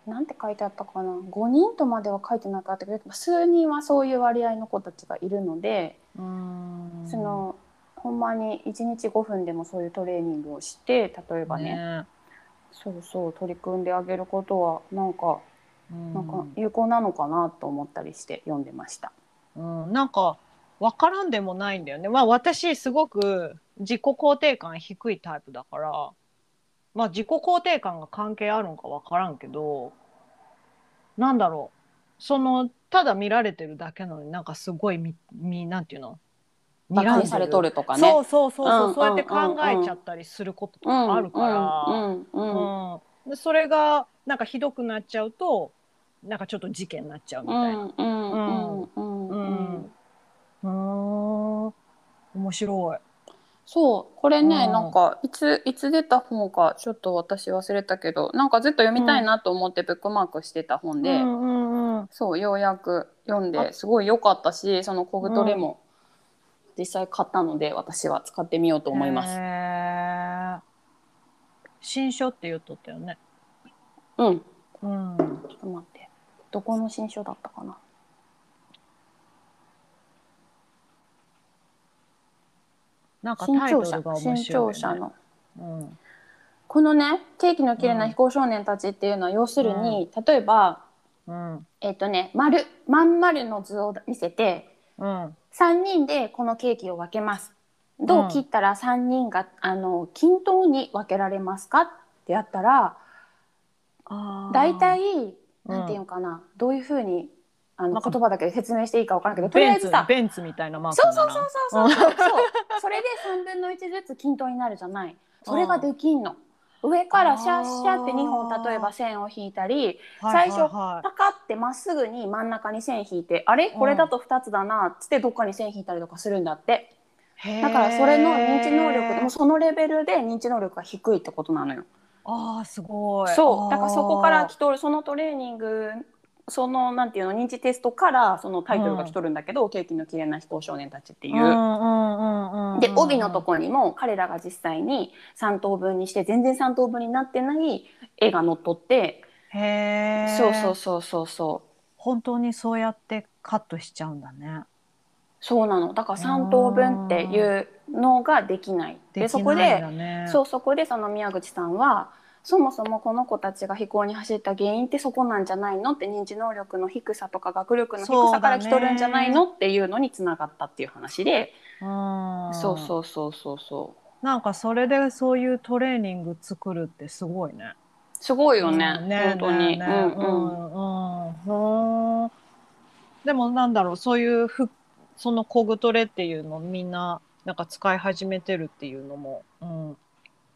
Speaker 3: なんて書いてあったかな5人とまでは書いてなかったけど数人はそういう割合の子たちがいるので、
Speaker 2: うん
Speaker 3: そのほんまに1日5分でもそういうトレーニングをして例えばね
Speaker 2: ね
Speaker 3: そうそう取り組んであげることはなんか
Speaker 2: うん
Speaker 3: なんか有効なのかなと思ったりして読んでました。
Speaker 2: うん、なんか分からんでもないんだよね。まあ私すごく自己肯定感低いタイプだから、まあ自己肯定感が関係あるんか分からんけど、なんだろう。そのただ見られてるだけなのになんかすごいみみなんていうの
Speaker 3: バカにされと
Speaker 2: る
Speaker 3: るとかね。
Speaker 2: そうそうそうそう、
Speaker 3: うん
Speaker 2: そうやって考えちゃったりすることとかあるから。
Speaker 3: うんうんうんうん
Speaker 2: うん、でそれがなんかひどくなっちゃうとなんかちょっと事件になっちゃうみ
Speaker 3: う
Speaker 2: たいな。
Speaker 3: んうんうん
Speaker 2: う
Speaker 3: うんうん
Speaker 2: ん、うん、面白い。
Speaker 3: そうこれね、
Speaker 2: うん
Speaker 3: なんかいついつ出た本かちょっと私忘れたけどなんかずっと読みたいなと思ってブックマークしてた本で、
Speaker 2: うんうんうん、
Speaker 3: そうようやく読んですごい良かったしそのコグトレも実際買ったので、私は使ってみようと思います。
Speaker 2: ます。新書って言っとったよね。
Speaker 3: うん、ち
Speaker 2: うん。
Speaker 3: ょっと待ってどこの新書だったかな
Speaker 2: なんか
Speaker 3: 新
Speaker 2: タイ
Speaker 3: 潮
Speaker 2: トル
Speaker 3: 社
Speaker 2: が面白い、ね。
Speaker 3: 新潮社の
Speaker 2: うん。
Speaker 3: このね定期の綺麗な非行少年たちっていうのは要するに、例えば
Speaker 2: うん。
Speaker 3: えっ、とね丸まん丸の図を見せて
Speaker 2: うん。
Speaker 3: 3人でこのケーキを分けますどう切ったら3人が、あの均等に分けられますかってやったら
Speaker 2: あー
Speaker 3: 大体なんていうのかな、どういうふうにあ
Speaker 2: な
Speaker 3: の
Speaker 2: んか
Speaker 3: 言葉だけで説明していいか分からんけどとりあ
Speaker 2: ベ
Speaker 3: え
Speaker 2: ンツ
Speaker 3: ずさ
Speaker 2: ベンツみたいなマーク
Speaker 3: そうそう
Speaker 2: な
Speaker 3: そうそうそうそうそれで3分の1ずつ均等になるじゃないそれができんの。上からシャッシャって2本例えば線を引いたり
Speaker 2: はいは
Speaker 3: 最
Speaker 2: い
Speaker 3: 初
Speaker 2: はい
Speaker 3: パカってまっすぐに真ん中に線引いてあれこれだと2つだなっつってどっかに線引いたりとかするんだって
Speaker 2: へー
Speaker 3: だからそれの認知能力でもうそのレベルで認知能力が低いってことなのよ
Speaker 2: ああすごい。
Speaker 3: そうだからそこから
Speaker 2: あー
Speaker 3: 来とるそのトレーニングそのなんていうの認知テストからそのタイトルが来とるんだけど「ケーキの綺麗な非行少年たち」っていううん
Speaker 2: うんうんうん
Speaker 3: で帯のとこにも彼らが実際に3等分にして全然3等分になってない絵が載っとって、
Speaker 2: へえ
Speaker 3: そうそうそうそうそう
Speaker 2: 本当にそうやってカットしちゃうんだね
Speaker 3: そうなのだから3等分っていうのができないで
Speaker 2: で
Speaker 3: そ
Speaker 2: き
Speaker 3: こ
Speaker 2: ないん
Speaker 3: で
Speaker 2: だね
Speaker 3: そうそこでその宮口さんはそもそもこの子たちが非行に走った原因ってそこなんじゃないのって認知能力の低さとか学力の低さから来とるんじゃないのっていうのにつながったっていう話で
Speaker 2: うん
Speaker 3: そうそうそうそうそう
Speaker 2: なんかそれでそういうトレーニング作るってすごいね
Speaker 3: すごいよね,、
Speaker 2: うんね
Speaker 3: 本当に、
Speaker 2: ね
Speaker 3: うん
Speaker 2: う
Speaker 3: うん
Speaker 2: んうんほーでもなんだろうそういうふそのコグトレっていうのみんななんか使い始めてるっていうのも、うん、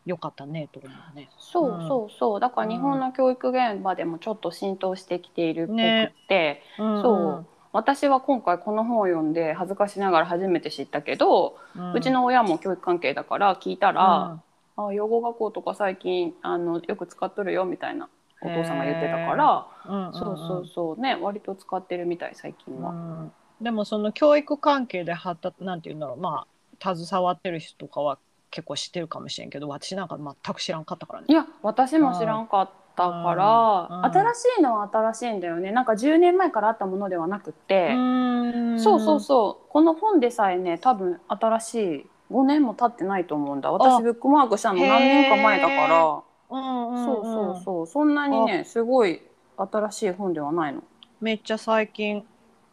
Speaker 2: よかったねと思うね
Speaker 3: そう
Speaker 2: うん
Speaker 3: そうそうだから日本の教育現場でもちょっと浸透してきているっぽくって
Speaker 2: ね、
Speaker 3: そう、私は今回この本を読んで恥ずかしながら初めて知ったけど、
Speaker 2: う
Speaker 3: うんちの親も教育関係だから聞いたら、あ養護学校とか最近あのよく使っとるよみたいなお父さんが言ってたから、
Speaker 2: うんうんうん
Speaker 3: そうそうそうね割と使ってるみたい最近は。
Speaker 2: うんでもその教育関係ではたなんていうんだろうまあ携わってる人とかは結構知ってるかもしれんけど私なんか全く知らんかったからね
Speaker 3: い。や私も知らんかったから、
Speaker 2: うんうん
Speaker 3: 新しいのは新しいんだよねなんか10年前からあったものではなくって。
Speaker 2: うーん
Speaker 3: そうそうそうこの本でさえね多分新しい5年も経ってないと思うんだ私ブックマークしたの何年か前だから
Speaker 2: うんうん、うん、
Speaker 3: そうそうそうそんなにねすごい新しい本ではないの
Speaker 2: めっちゃ最近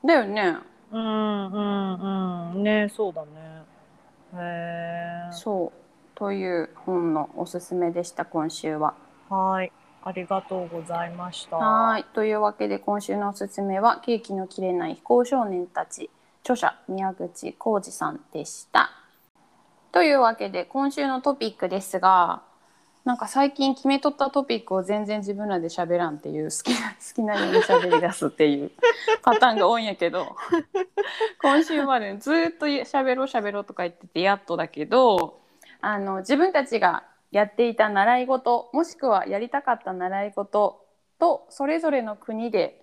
Speaker 3: だよね
Speaker 2: うんうんうんねそうだねへ
Speaker 3: そうという本のおすすめでした今週は
Speaker 2: えはいありがとうございました
Speaker 3: はい。というわけで今週のおすすめは、ケーキの切れない非行少年たち、著者宮口浩二さんでした。というわけで今週のトピックですが、なんか最近決めとったトピックを全然自分らで喋らんっていう好きな <laughs> 好きなように喋り出すっていうパターンが多いんやけど今週までずーっと喋ろう喋ろうとか言っててやっとだけどあの自分たちがやっていた習い事もしくはやりたかった習い事とそれぞれの国で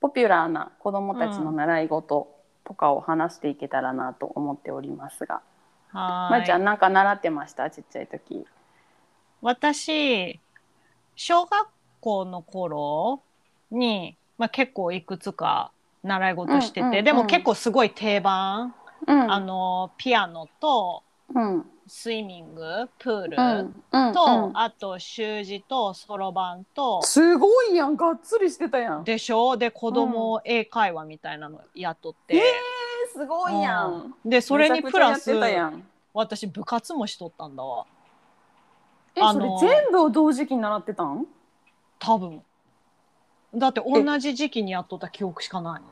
Speaker 3: ポピュラーな子どもたちの習い事とかを話していけたらなと思っておりますが、
Speaker 2: は
Speaker 3: ま
Speaker 2: い
Speaker 3: いちゃんなんか習ってましたちっちゃい時。
Speaker 2: 私小学校の頃に、まあ、結構いくつか習い事してて、
Speaker 3: うんうんうん
Speaker 2: でも結構すごい定番、
Speaker 3: うん
Speaker 2: あのピアノと
Speaker 3: うん
Speaker 2: スイミングプール、
Speaker 3: うん
Speaker 2: と、
Speaker 3: うん
Speaker 2: あと習字とそろばんと
Speaker 3: すごいやんがっつりしてたやん
Speaker 2: でしょで子供英会話みたいなのやっとって、
Speaker 3: えすごいやん
Speaker 2: でそれにプラス
Speaker 3: めちゃくちゃやってたやん
Speaker 2: 私部活もしとったんだわ
Speaker 3: え
Speaker 2: あ
Speaker 3: そ
Speaker 2: の
Speaker 3: れ全部を同時期に習ってたん
Speaker 2: 多分だって同じ時期にやっとった記憶しかないの。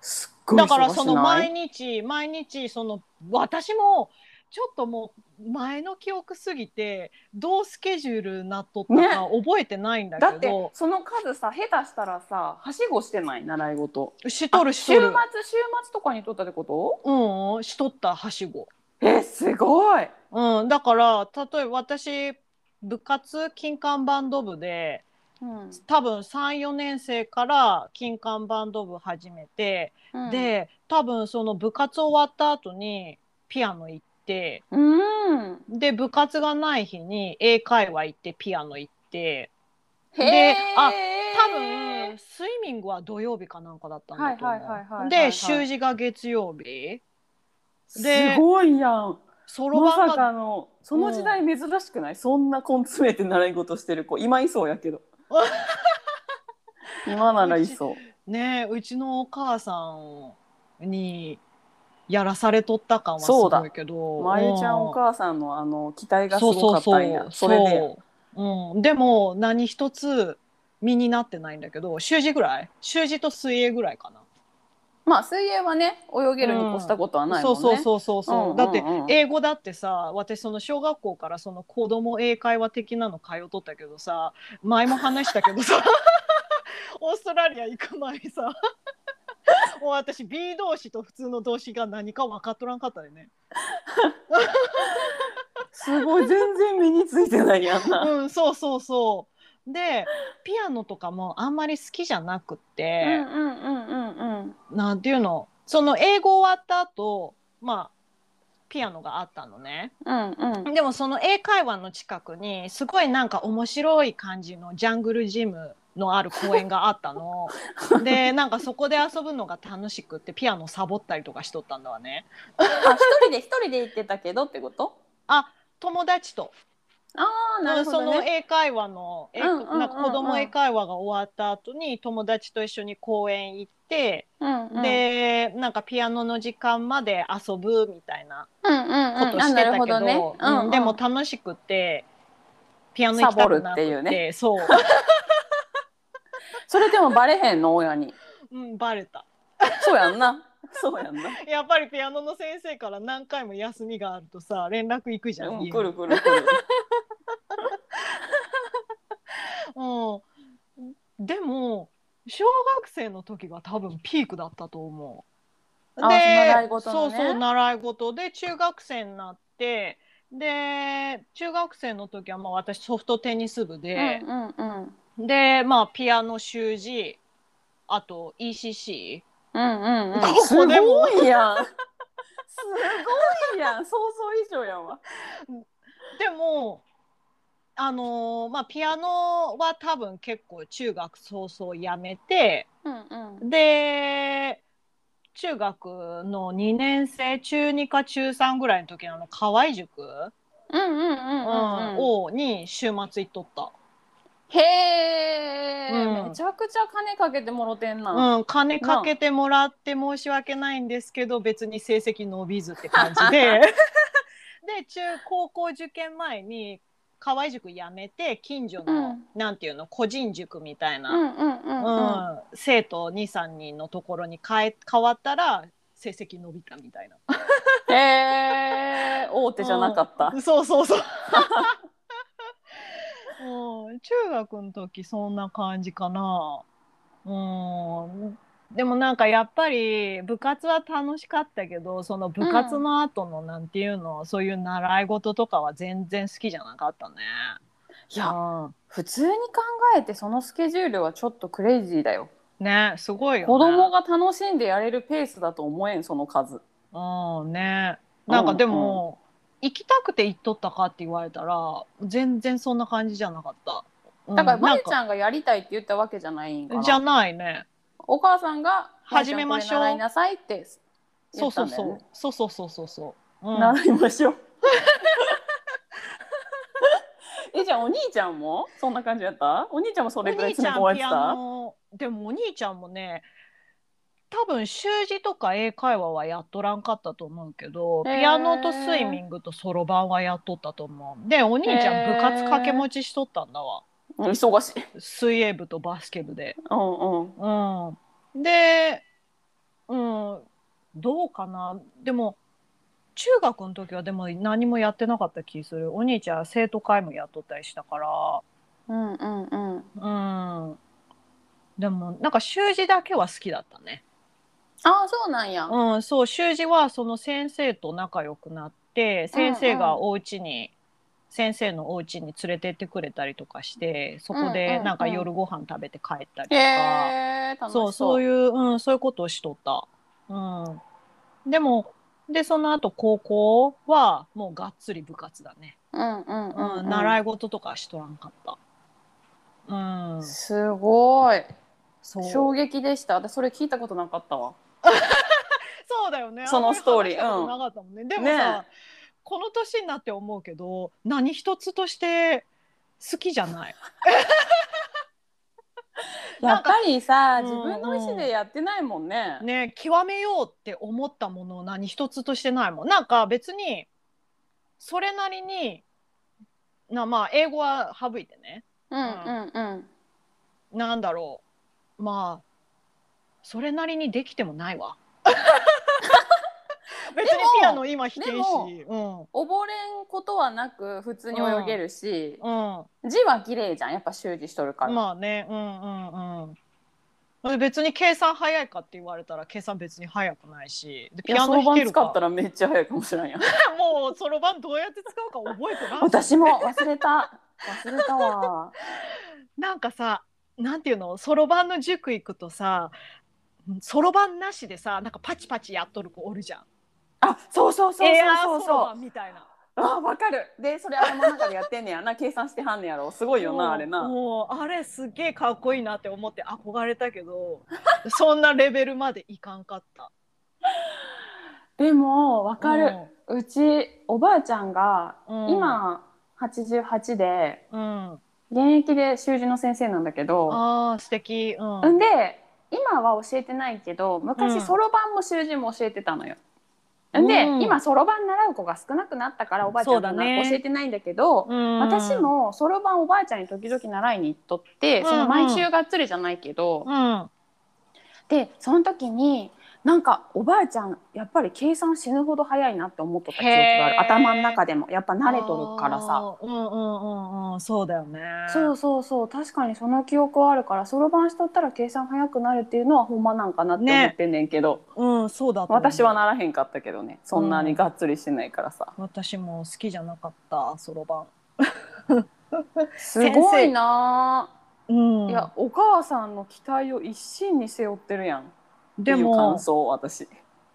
Speaker 3: すっごい
Speaker 2: だから
Speaker 3: 忙し
Speaker 2: その
Speaker 3: ない
Speaker 2: 毎日毎日その私もちょっともう前の記憶すぎてどうスケジュールなっとったか覚えてないんだ
Speaker 3: だ
Speaker 2: け
Speaker 3: って
Speaker 2: ど、
Speaker 3: その数さ下手したらさはしごしてない習い事
Speaker 2: しとる
Speaker 3: あ
Speaker 2: し
Speaker 3: 週末週
Speaker 2: とる
Speaker 3: 末とかにとったってこと
Speaker 2: うんうんしとったはしご、
Speaker 3: えすごい
Speaker 2: うん、だから例えば私部活金管バンド部で多分34年生から金管バンド部始めて、で多分その部活終わった後にピアノ行って。
Speaker 3: うん
Speaker 2: で部活がない日に英会話行ってピアノ行って
Speaker 3: へ
Speaker 2: で
Speaker 3: え
Speaker 2: あ多分スイミングは土曜日かなんかだったんだと思う、
Speaker 3: はいはいはいはいはい
Speaker 2: で習字が月曜日
Speaker 3: す
Speaker 2: で
Speaker 3: ごいやん
Speaker 2: そろば
Speaker 3: ま
Speaker 2: ん
Speaker 3: さ
Speaker 2: が、
Speaker 3: かのその時代珍しくない、そんな根詰めて習い事してる子今いそうやけど今ならいそう
Speaker 2: ねうちのお母さんにやらされとった感はす
Speaker 3: そうだ
Speaker 2: ごいけど
Speaker 3: まゆちゃんお母さんのあの期待がすごかったんやそ
Speaker 2: そう
Speaker 3: れでや
Speaker 2: う、うん、でも何一つ身になってないんだけど習字ぐらい習字と水泳ぐらいかな
Speaker 3: まあ水泳はね泳げるに越したことはないもんね、
Speaker 2: そうそうそうそうそう、
Speaker 3: うん
Speaker 2: だって
Speaker 3: うんうん
Speaker 2: 英語だってさ私その小学校からその子供英会話的なの通っとったけどさ前も話したけ
Speaker 3: <laughs>
Speaker 2: どさオーストラリア行く前にさもう私 B 動詞と普通の動詞が何か分かっとらんかったよね。
Speaker 3: すごい全然身についてないやんな
Speaker 2: うん、そうそうそう。でピアノとかもあんまり好きじゃなくっ
Speaker 3: <laughs>
Speaker 2: て。
Speaker 3: うんうんうんうん
Speaker 2: なんていうのその英語終わった後まあピアノがあったのね
Speaker 3: うんうん
Speaker 2: でもその英会話の近くにすごいなんか面白い感じのジャングルジムのある公園があっ
Speaker 3: <laughs>
Speaker 2: たのでなんかそこで遊ぶのが楽しくってピアノサボったりとかしとったんだわね
Speaker 3: あ一人で一人で行ってたけどってこと
Speaker 2: 友達と、
Speaker 3: ああなるほど
Speaker 2: その
Speaker 3: ね
Speaker 2: 英会話の、え
Speaker 3: うんうんうんうん
Speaker 2: なんか子供英会話が終わった後に友達と一緒に公園行って、
Speaker 3: うんうん
Speaker 2: でなんかピアノの時間まで遊ぶみたいな
Speaker 3: うんうんうん
Speaker 2: こと
Speaker 3: あな
Speaker 2: してた
Speaker 3: る
Speaker 2: け
Speaker 3: ほ
Speaker 2: ど、
Speaker 3: ねうんうん
Speaker 2: うんでも楽しくてピアノ行きたくな
Speaker 3: サボるっ
Speaker 2: くて
Speaker 3: ていうね
Speaker 2: そう、
Speaker 3: それでもバレへんの親に
Speaker 2: うん、バレた
Speaker 3: そうやんな <laughs> そうやんな
Speaker 2: やっぱりピアノの先生から何回も休みがあるとさ連絡行くじゃん、
Speaker 3: うん、
Speaker 2: 家に
Speaker 3: くるくるくる。
Speaker 2: うん、でも小学生の時が多分ピークだったと思う。
Speaker 3: あ習い事
Speaker 2: そ
Speaker 3: の
Speaker 2: う
Speaker 3: ね
Speaker 2: そう習い事で中学生になってで中学生の時はまあ私ソフトテニス部で、
Speaker 3: うんうん
Speaker 2: でまあピアノ習字あと ECC
Speaker 3: うんうんうん
Speaker 2: こ
Speaker 3: す
Speaker 2: こでも
Speaker 3: ごいやん。
Speaker 2: <laughs>
Speaker 3: すごいやん。想像以上やわ。
Speaker 2: でもあのーまあピアノは多分結構中学早々やめて
Speaker 3: うんうん。
Speaker 2: で中学の2年生中2か中3ぐらいの時のあの河合塾、
Speaker 3: うんうんうん
Speaker 2: う
Speaker 3: うんうん。
Speaker 2: をに週末行っとった。
Speaker 3: へえ、
Speaker 2: うん
Speaker 3: めちゃくちゃ金かけてもろてんな。
Speaker 2: うん、金かけてもらって申し訳ないんですけど別に成績伸びずって感じ
Speaker 3: <laughs>
Speaker 2: でで中高校受験前に河合塾辞めて近所の、
Speaker 3: うん
Speaker 2: なんていうの個人塾みたいうな、
Speaker 3: んうんう
Speaker 2: うんん
Speaker 3: うん。
Speaker 2: 生徒23人のところに変え変わったら成績伸びたみたいな。
Speaker 3: へえ、大手じゃなかった。
Speaker 2: そうそ
Speaker 3: <laughs>
Speaker 2: うそう。うん、中学の時そんな感じかな。うん。でもなんかやっぱり部活は楽しかったけど、その部活の後のなんていうの、そういう習い事とかは全然好きじゃなかったね。
Speaker 3: いや、
Speaker 2: うん
Speaker 3: 普通に考えてそのスケジュールはちょっとクレイジーだよ。
Speaker 2: ね、すごいよ、ね。
Speaker 3: 子供が楽しんでやれるペースだと思えんその数。
Speaker 2: うんねなんかでも、行きたくて行っとったかって言われたら全然そんな感じじゃなかった、うん
Speaker 3: だからま
Speaker 2: な
Speaker 3: ゆ
Speaker 2: ん
Speaker 3: ちゃんがやりたいって言ったわけじゃないんかな。
Speaker 2: じゃないね
Speaker 3: お母さんが
Speaker 2: 始めましょう
Speaker 3: まゆちゃんこれ習いなさいって
Speaker 2: そ
Speaker 3: 言
Speaker 2: う
Speaker 3: った
Speaker 2: そうん
Speaker 3: だ
Speaker 2: そ
Speaker 3: よ
Speaker 2: う
Speaker 3: ね。
Speaker 2: そうそうそうそうそう、うん、
Speaker 3: 習いましょう。 <laughs> えじゃあお兄ちゃんもそんな感じやった？お兄ちゃんもそ
Speaker 2: お
Speaker 3: れぐらい
Speaker 2: 兄ち
Speaker 3: 詰
Speaker 2: ゃ
Speaker 3: め込ま
Speaker 2: ん
Speaker 3: れて
Speaker 2: ピ
Speaker 3: た
Speaker 2: ア？ノでもお兄ちゃんもね多分習字とか英会話はやっとらんかったと思うけど
Speaker 3: へー
Speaker 2: ピアノとスイミングとそろばんはやっとったと思うでお兄ちゃん部活掛け持ちしとったんだわ
Speaker 3: うん忙しい。
Speaker 2: 水泳部とバスケ部で
Speaker 3: うんうん。
Speaker 2: うん、で、うん、どうかなでも中学の時はでも何もやってなかった気するお兄ちゃん生徒会もやっとったりしたか
Speaker 3: うんうんうん。
Speaker 2: らうんでもなんか習字だけは好きだったね
Speaker 3: ああそうなんや。
Speaker 2: うんそう習字はその先生と仲良くなって先生がお家に、先生のお家に連れてってくれたりとかしてそこ
Speaker 3: うんうん
Speaker 2: で
Speaker 3: うん
Speaker 2: なんか夜ご飯食べて帰ったりと
Speaker 3: へ
Speaker 2: か、
Speaker 3: え楽しそ
Speaker 2: そう
Speaker 3: う。。
Speaker 2: そういうう、うん、そういうことをしとった。うん、でもでその後高校はもうがっつり部活だね、
Speaker 3: んうん
Speaker 2: う
Speaker 3: うんん、うん。
Speaker 2: 習い事とかはしとらんかった。うん、
Speaker 3: すごい。
Speaker 2: そう
Speaker 3: 衝撃でした。私それ聞いたことなかったわ。
Speaker 2: そうだよね
Speaker 3: そのストーリー
Speaker 2: あんまり話したことなかったもんね、でもさ、
Speaker 3: ね
Speaker 2: この年になって思うけど何一つとして好きじゃない。
Speaker 3: やっぱりさ、
Speaker 2: なん
Speaker 3: 自
Speaker 2: か
Speaker 3: 分の意思でやってないもんね。 <laughs>
Speaker 2: ね極めようって思ったものを何一つとしてないもんなんか別にそれなりになまあ英語は省いてね
Speaker 3: うんうんうん。
Speaker 2: なんだろうまあそれなりにできてもな
Speaker 3: <laughs>
Speaker 2: いわ別にピアノ今弾け
Speaker 3: で
Speaker 2: んし
Speaker 3: も
Speaker 2: うん
Speaker 3: 溺れんことはなく普通に泳げるし、
Speaker 2: うん
Speaker 3: 字は綺麗じゃんやっぱ修理しとるから、
Speaker 2: まあねうんうんうん別に計算早いかって言われたら計算別に早くないしで
Speaker 3: い
Speaker 2: ピ
Speaker 3: や
Speaker 2: ア
Speaker 3: そろ
Speaker 2: ノ弾
Speaker 3: ば
Speaker 2: け
Speaker 3: ん
Speaker 2: る
Speaker 3: 使っ
Speaker 2: か
Speaker 3: たらめっちゃ早いかもしれんや
Speaker 2: <laughs> も <laughs> うそろばんどうやって使うか覚えてないし
Speaker 3: 私
Speaker 2: <laughs>
Speaker 3: も忘れた忘れたわ
Speaker 2: なんかさなんていうのそろばんの塾行くとさそろばんなしでさなんかパチパチやっとる子おるじゃん。
Speaker 3: <laughs> あそうそうそうそうそう
Speaker 2: そろ
Speaker 3: そ
Speaker 2: ば
Speaker 3: うん
Speaker 2: みたいな。
Speaker 3: あわかるでそれあれも中でやってんねやな計算してはんねやろすごいよ
Speaker 2: もう
Speaker 3: なあれな
Speaker 2: もうあれすげえかっこいいなって思って憧れたけどそんなレベルまでいかんかった。
Speaker 3: でもわかる、うちおばあちゃんが、
Speaker 2: うん
Speaker 3: 今88で
Speaker 2: うん。うん、
Speaker 3: 現役で習字の先生なんだけど
Speaker 2: ああ素敵。うん。
Speaker 3: んで今は教えてないけど
Speaker 2: うん
Speaker 3: 昔そろばんも習字も教えてたのよ。ん、で
Speaker 2: うん
Speaker 3: 今そろばん習う子が少なくなったからおばあちゃん
Speaker 2: そう
Speaker 3: が
Speaker 2: だね
Speaker 3: 教えてないんだけど
Speaker 2: うん
Speaker 3: 私。もそろばんおばあちゃんに時々習いに行っとって、
Speaker 2: うん
Speaker 3: その毎週がっつりじゃないけど、
Speaker 2: うん。
Speaker 3: でその時になんかおばあちゃんやっぱり計算死ぬほど早いなって思っとった記憶があ
Speaker 2: へ
Speaker 3: る
Speaker 2: ー
Speaker 3: 頭の中でもやっぱ慣れとるからさ。
Speaker 2: あー。うんうんうんうんそうだよね。
Speaker 3: そうそうそう確かにその記憶はあるからそろばんしとったら計算早くなるっていうのはほんまなんかなって思ってんねんけど、
Speaker 2: うんそうだと思う。
Speaker 3: 私はならへんかったけどねそんなにがっつりしてないからさ、
Speaker 2: 私も好きじゃなかったそろばん。
Speaker 3: すごいな
Speaker 2: うん。
Speaker 3: あいやお母さんの期待を一身に背負ってるやんって
Speaker 2: で
Speaker 3: いう
Speaker 2: も
Speaker 3: 感想私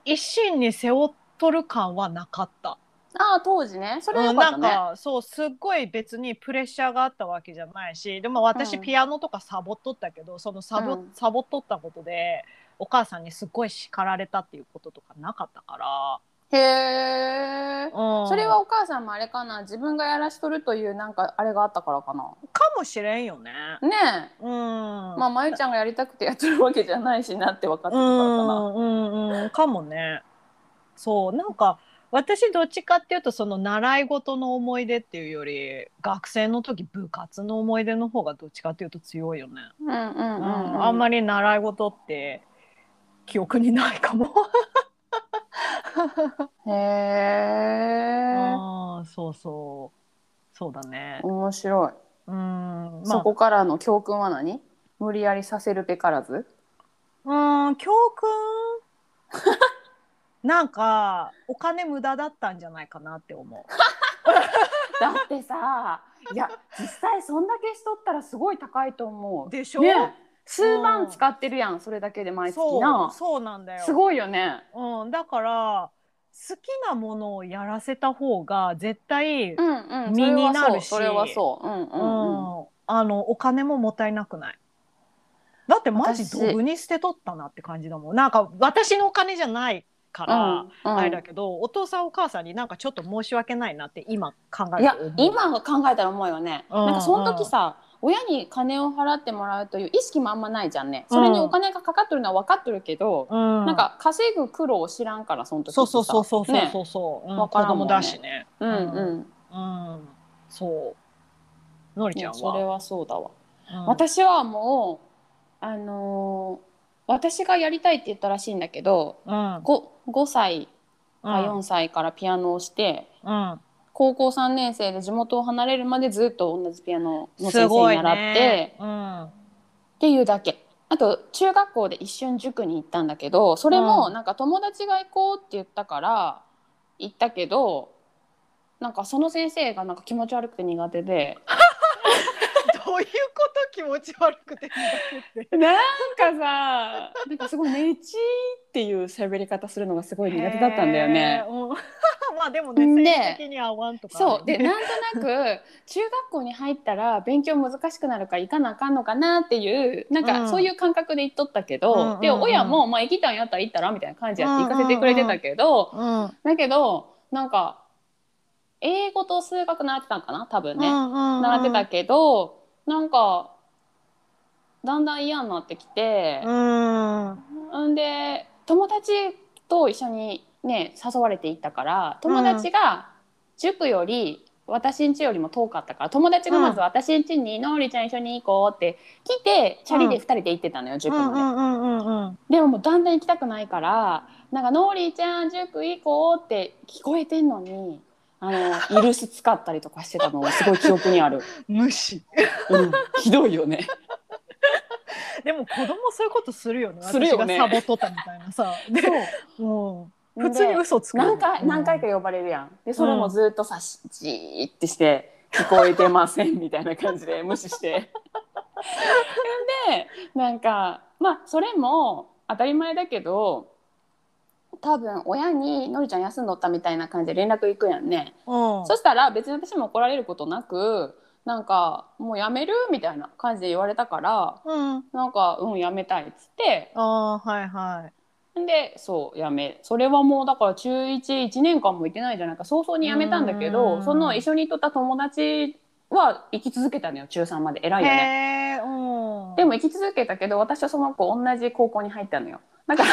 Speaker 2: 一心に背負っとる感はなかった。
Speaker 3: あああ当時ねそれは
Speaker 2: う
Speaker 3: よ
Speaker 2: ん、
Speaker 3: かっ
Speaker 2: な
Speaker 3: た
Speaker 2: ん
Speaker 3: ね、
Speaker 2: かそうすっごい別にプレッシャーがあったわけじゃないしでも
Speaker 3: う
Speaker 2: 私
Speaker 3: ん
Speaker 2: ピアノとかサボっとったけどそのサボ,、
Speaker 3: うん
Speaker 2: サボっとったことでお母さんにすっごい叱られたっていうこととかなかったか
Speaker 3: へえ
Speaker 2: ら、うん、
Speaker 3: それはお母さんもあれかな自分がやらしとるというなんかあれがあったからかな
Speaker 2: かもしれんよね。
Speaker 3: ねえ
Speaker 2: うん、
Speaker 3: まあまゆちゃんがやりたくてやってるわけじゃないしなって分かってたからか
Speaker 2: う
Speaker 3: な、
Speaker 2: んうんうんかもね。そうなんか私どっちかっていうとその習い事の思い出っていうより学生の時部活の思い出の方がどっちかっていうと強いよね。
Speaker 3: うんうんうんうん、
Speaker 2: あんまり習い事って記憶にな
Speaker 3: <laughs>
Speaker 2: いかも。
Speaker 3: へえ
Speaker 2: ああそうそうそうだね。
Speaker 3: 面白い、
Speaker 2: うんま
Speaker 3: そこからの教訓は何無理やりさせるべからず
Speaker 2: あうん教訓なんかお金無駄だったんじゃないかなって思う。
Speaker 3: だってさいや実際そんだけしとったらすごい高いと思う
Speaker 2: でしょ、
Speaker 3: ね数万使ってるやんそれだけで毎月
Speaker 2: そう
Speaker 3: な
Speaker 2: そうなんだよ。
Speaker 3: すごいよね
Speaker 2: うん、だから好きなものをやらせた方が絶対、うん
Speaker 3: うんうん
Speaker 2: 身になるし
Speaker 3: それはそうそれはそううんうんうん
Speaker 2: あのお金ももったいなくない。だってマジ
Speaker 3: 私
Speaker 2: ドブに捨てとったなって感じだもん。なんか私のお金じゃないから、
Speaker 3: うんうん
Speaker 2: あれだけど、お父さんお母さんになんかちょっと申し訳ないなって今考え
Speaker 3: い
Speaker 2: て
Speaker 3: や
Speaker 2: 思う
Speaker 3: 今考えたら思うよね、
Speaker 2: うん
Speaker 3: なんかその時さ親に金を払ってもらうという意識もあんまないじゃんねそれにお金がかかっとるのは分かっとるけど、
Speaker 2: うん、
Speaker 3: なんか稼ぐ苦労を知らんからその時ってさ
Speaker 2: そうそうそうそうそう
Speaker 3: ね
Speaker 2: そうそう、うん
Speaker 3: わか
Speaker 2: 子
Speaker 3: らんも
Speaker 2: 供
Speaker 3: んね
Speaker 2: だしね。
Speaker 3: うんうん、
Speaker 2: うん、うん、そう。のり
Speaker 3: い
Speaker 2: ちゃ
Speaker 3: や
Speaker 2: ん
Speaker 3: それ
Speaker 2: は。
Speaker 3: はそうだわ、
Speaker 2: うん
Speaker 3: 私はもうあのー私がやりたいって言ったらしいんだけど
Speaker 2: うん、
Speaker 3: 5, 5歳か
Speaker 2: うん
Speaker 3: 4歳からピアノをして、
Speaker 2: うん
Speaker 3: 高校3年生で地元を離れるまでずっと同じピアノの先生に習って、
Speaker 2: うん
Speaker 3: っていうだけあと中学校で一瞬塾に行ったんだけどそれも
Speaker 2: うん
Speaker 3: なんか友達が行こうって言ったから行ったけどなんかその先生がなんか気持ち悪くて苦手で
Speaker 2: どういうこと気持ち悪くて苦手っ
Speaker 3: <laughs>
Speaker 2: て。
Speaker 3: なんかさなんかすごい「ねち」っていう喋り方するのがすごい苦手だったんだよね
Speaker 2: へ。ー。うん <laughs> まあでもね、
Speaker 3: で
Speaker 2: 性的に合わんとかあるよ
Speaker 3: そう
Speaker 2: ね、
Speaker 3: でなんとな <laughs> く中学校に入ったら勉強難しくなるから行かなあかんのかなっていうなん
Speaker 2: うん
Speaker 3: かそういう感覚で行っとったけど、
Speaker 2: うんうんうん
Speaker 3: で親も、まあ、行きたんやったら行ったらみたいな感じやって行かせてくれてたけど、
Speaker 2: うん、
Speaker 3: だけどなんか英語と数学習ってたんかな多分ね、習
Speaker 2: 習
Speaker 3: ってたけどなんかだんだん嫌になってきて、
Speaker 2: うん、
Speaker 3: んで友達と一緒にね誘われていったから友達が塾より私ん家よりも遠かったから友達がまず私ん家に「のーりちゃん一緒に行こう」って来てチャリで2人で行ってたのよ
Speaker 2: う
Speaker 3: 塾
Speaker 2: んう
Speaker 3: まで。
Speaker 2: んうんうんうん
Speaker 3: でももうだんだん行きたくないから「なんかのーりちゃん塾行こう」って聞こえてんのにあのイルス使ったりとかしてたのがすごい記憶にある、
Speaker 2: 無視 <laughs>
Speaker 3: うん、ひどいよね。
Speaker 2: でも子供そういうことするよね
Speaker 3: するよね
Speaker 2: 私がサボっとったみたいなさでもう <laughs> 普通に嘘つくよね
Speaker 3: 何回何回か呼ばれるやんでそれもずっとさしじーってして聞こえてませんみたいな感じ
Speaker 2: <laughs>
Speaker 3: で無視してでなんかまあそれも当たり前だけど多分親に「のりちゃん休んどった」みたいな感じで連絡行くやんね、
Speaker 2: うん
Speaker 3: そしたら別に私も怒られることなくなんか「もうやめる?」みたいな感じで言われたから
Speaker 2: うん
Speaker 3: なんか「うんやめたい」っつって
Speaker 2: あーはいはい
Speaker 3: でそうやめそれはもうだから中11年間も行ってないじゃないか早々に辞めたんだけ
Speaker 2: う
Speaker 3: ど
Speaker 2: ん
Speaker 3: その一緒に行っとった友達は生き続けたのよ中3まで偉いよね
Speaker 2: へえうん
Speaker 3: でも生き続けたけど私はその子同じ高校に入ったのよだ <laughs> から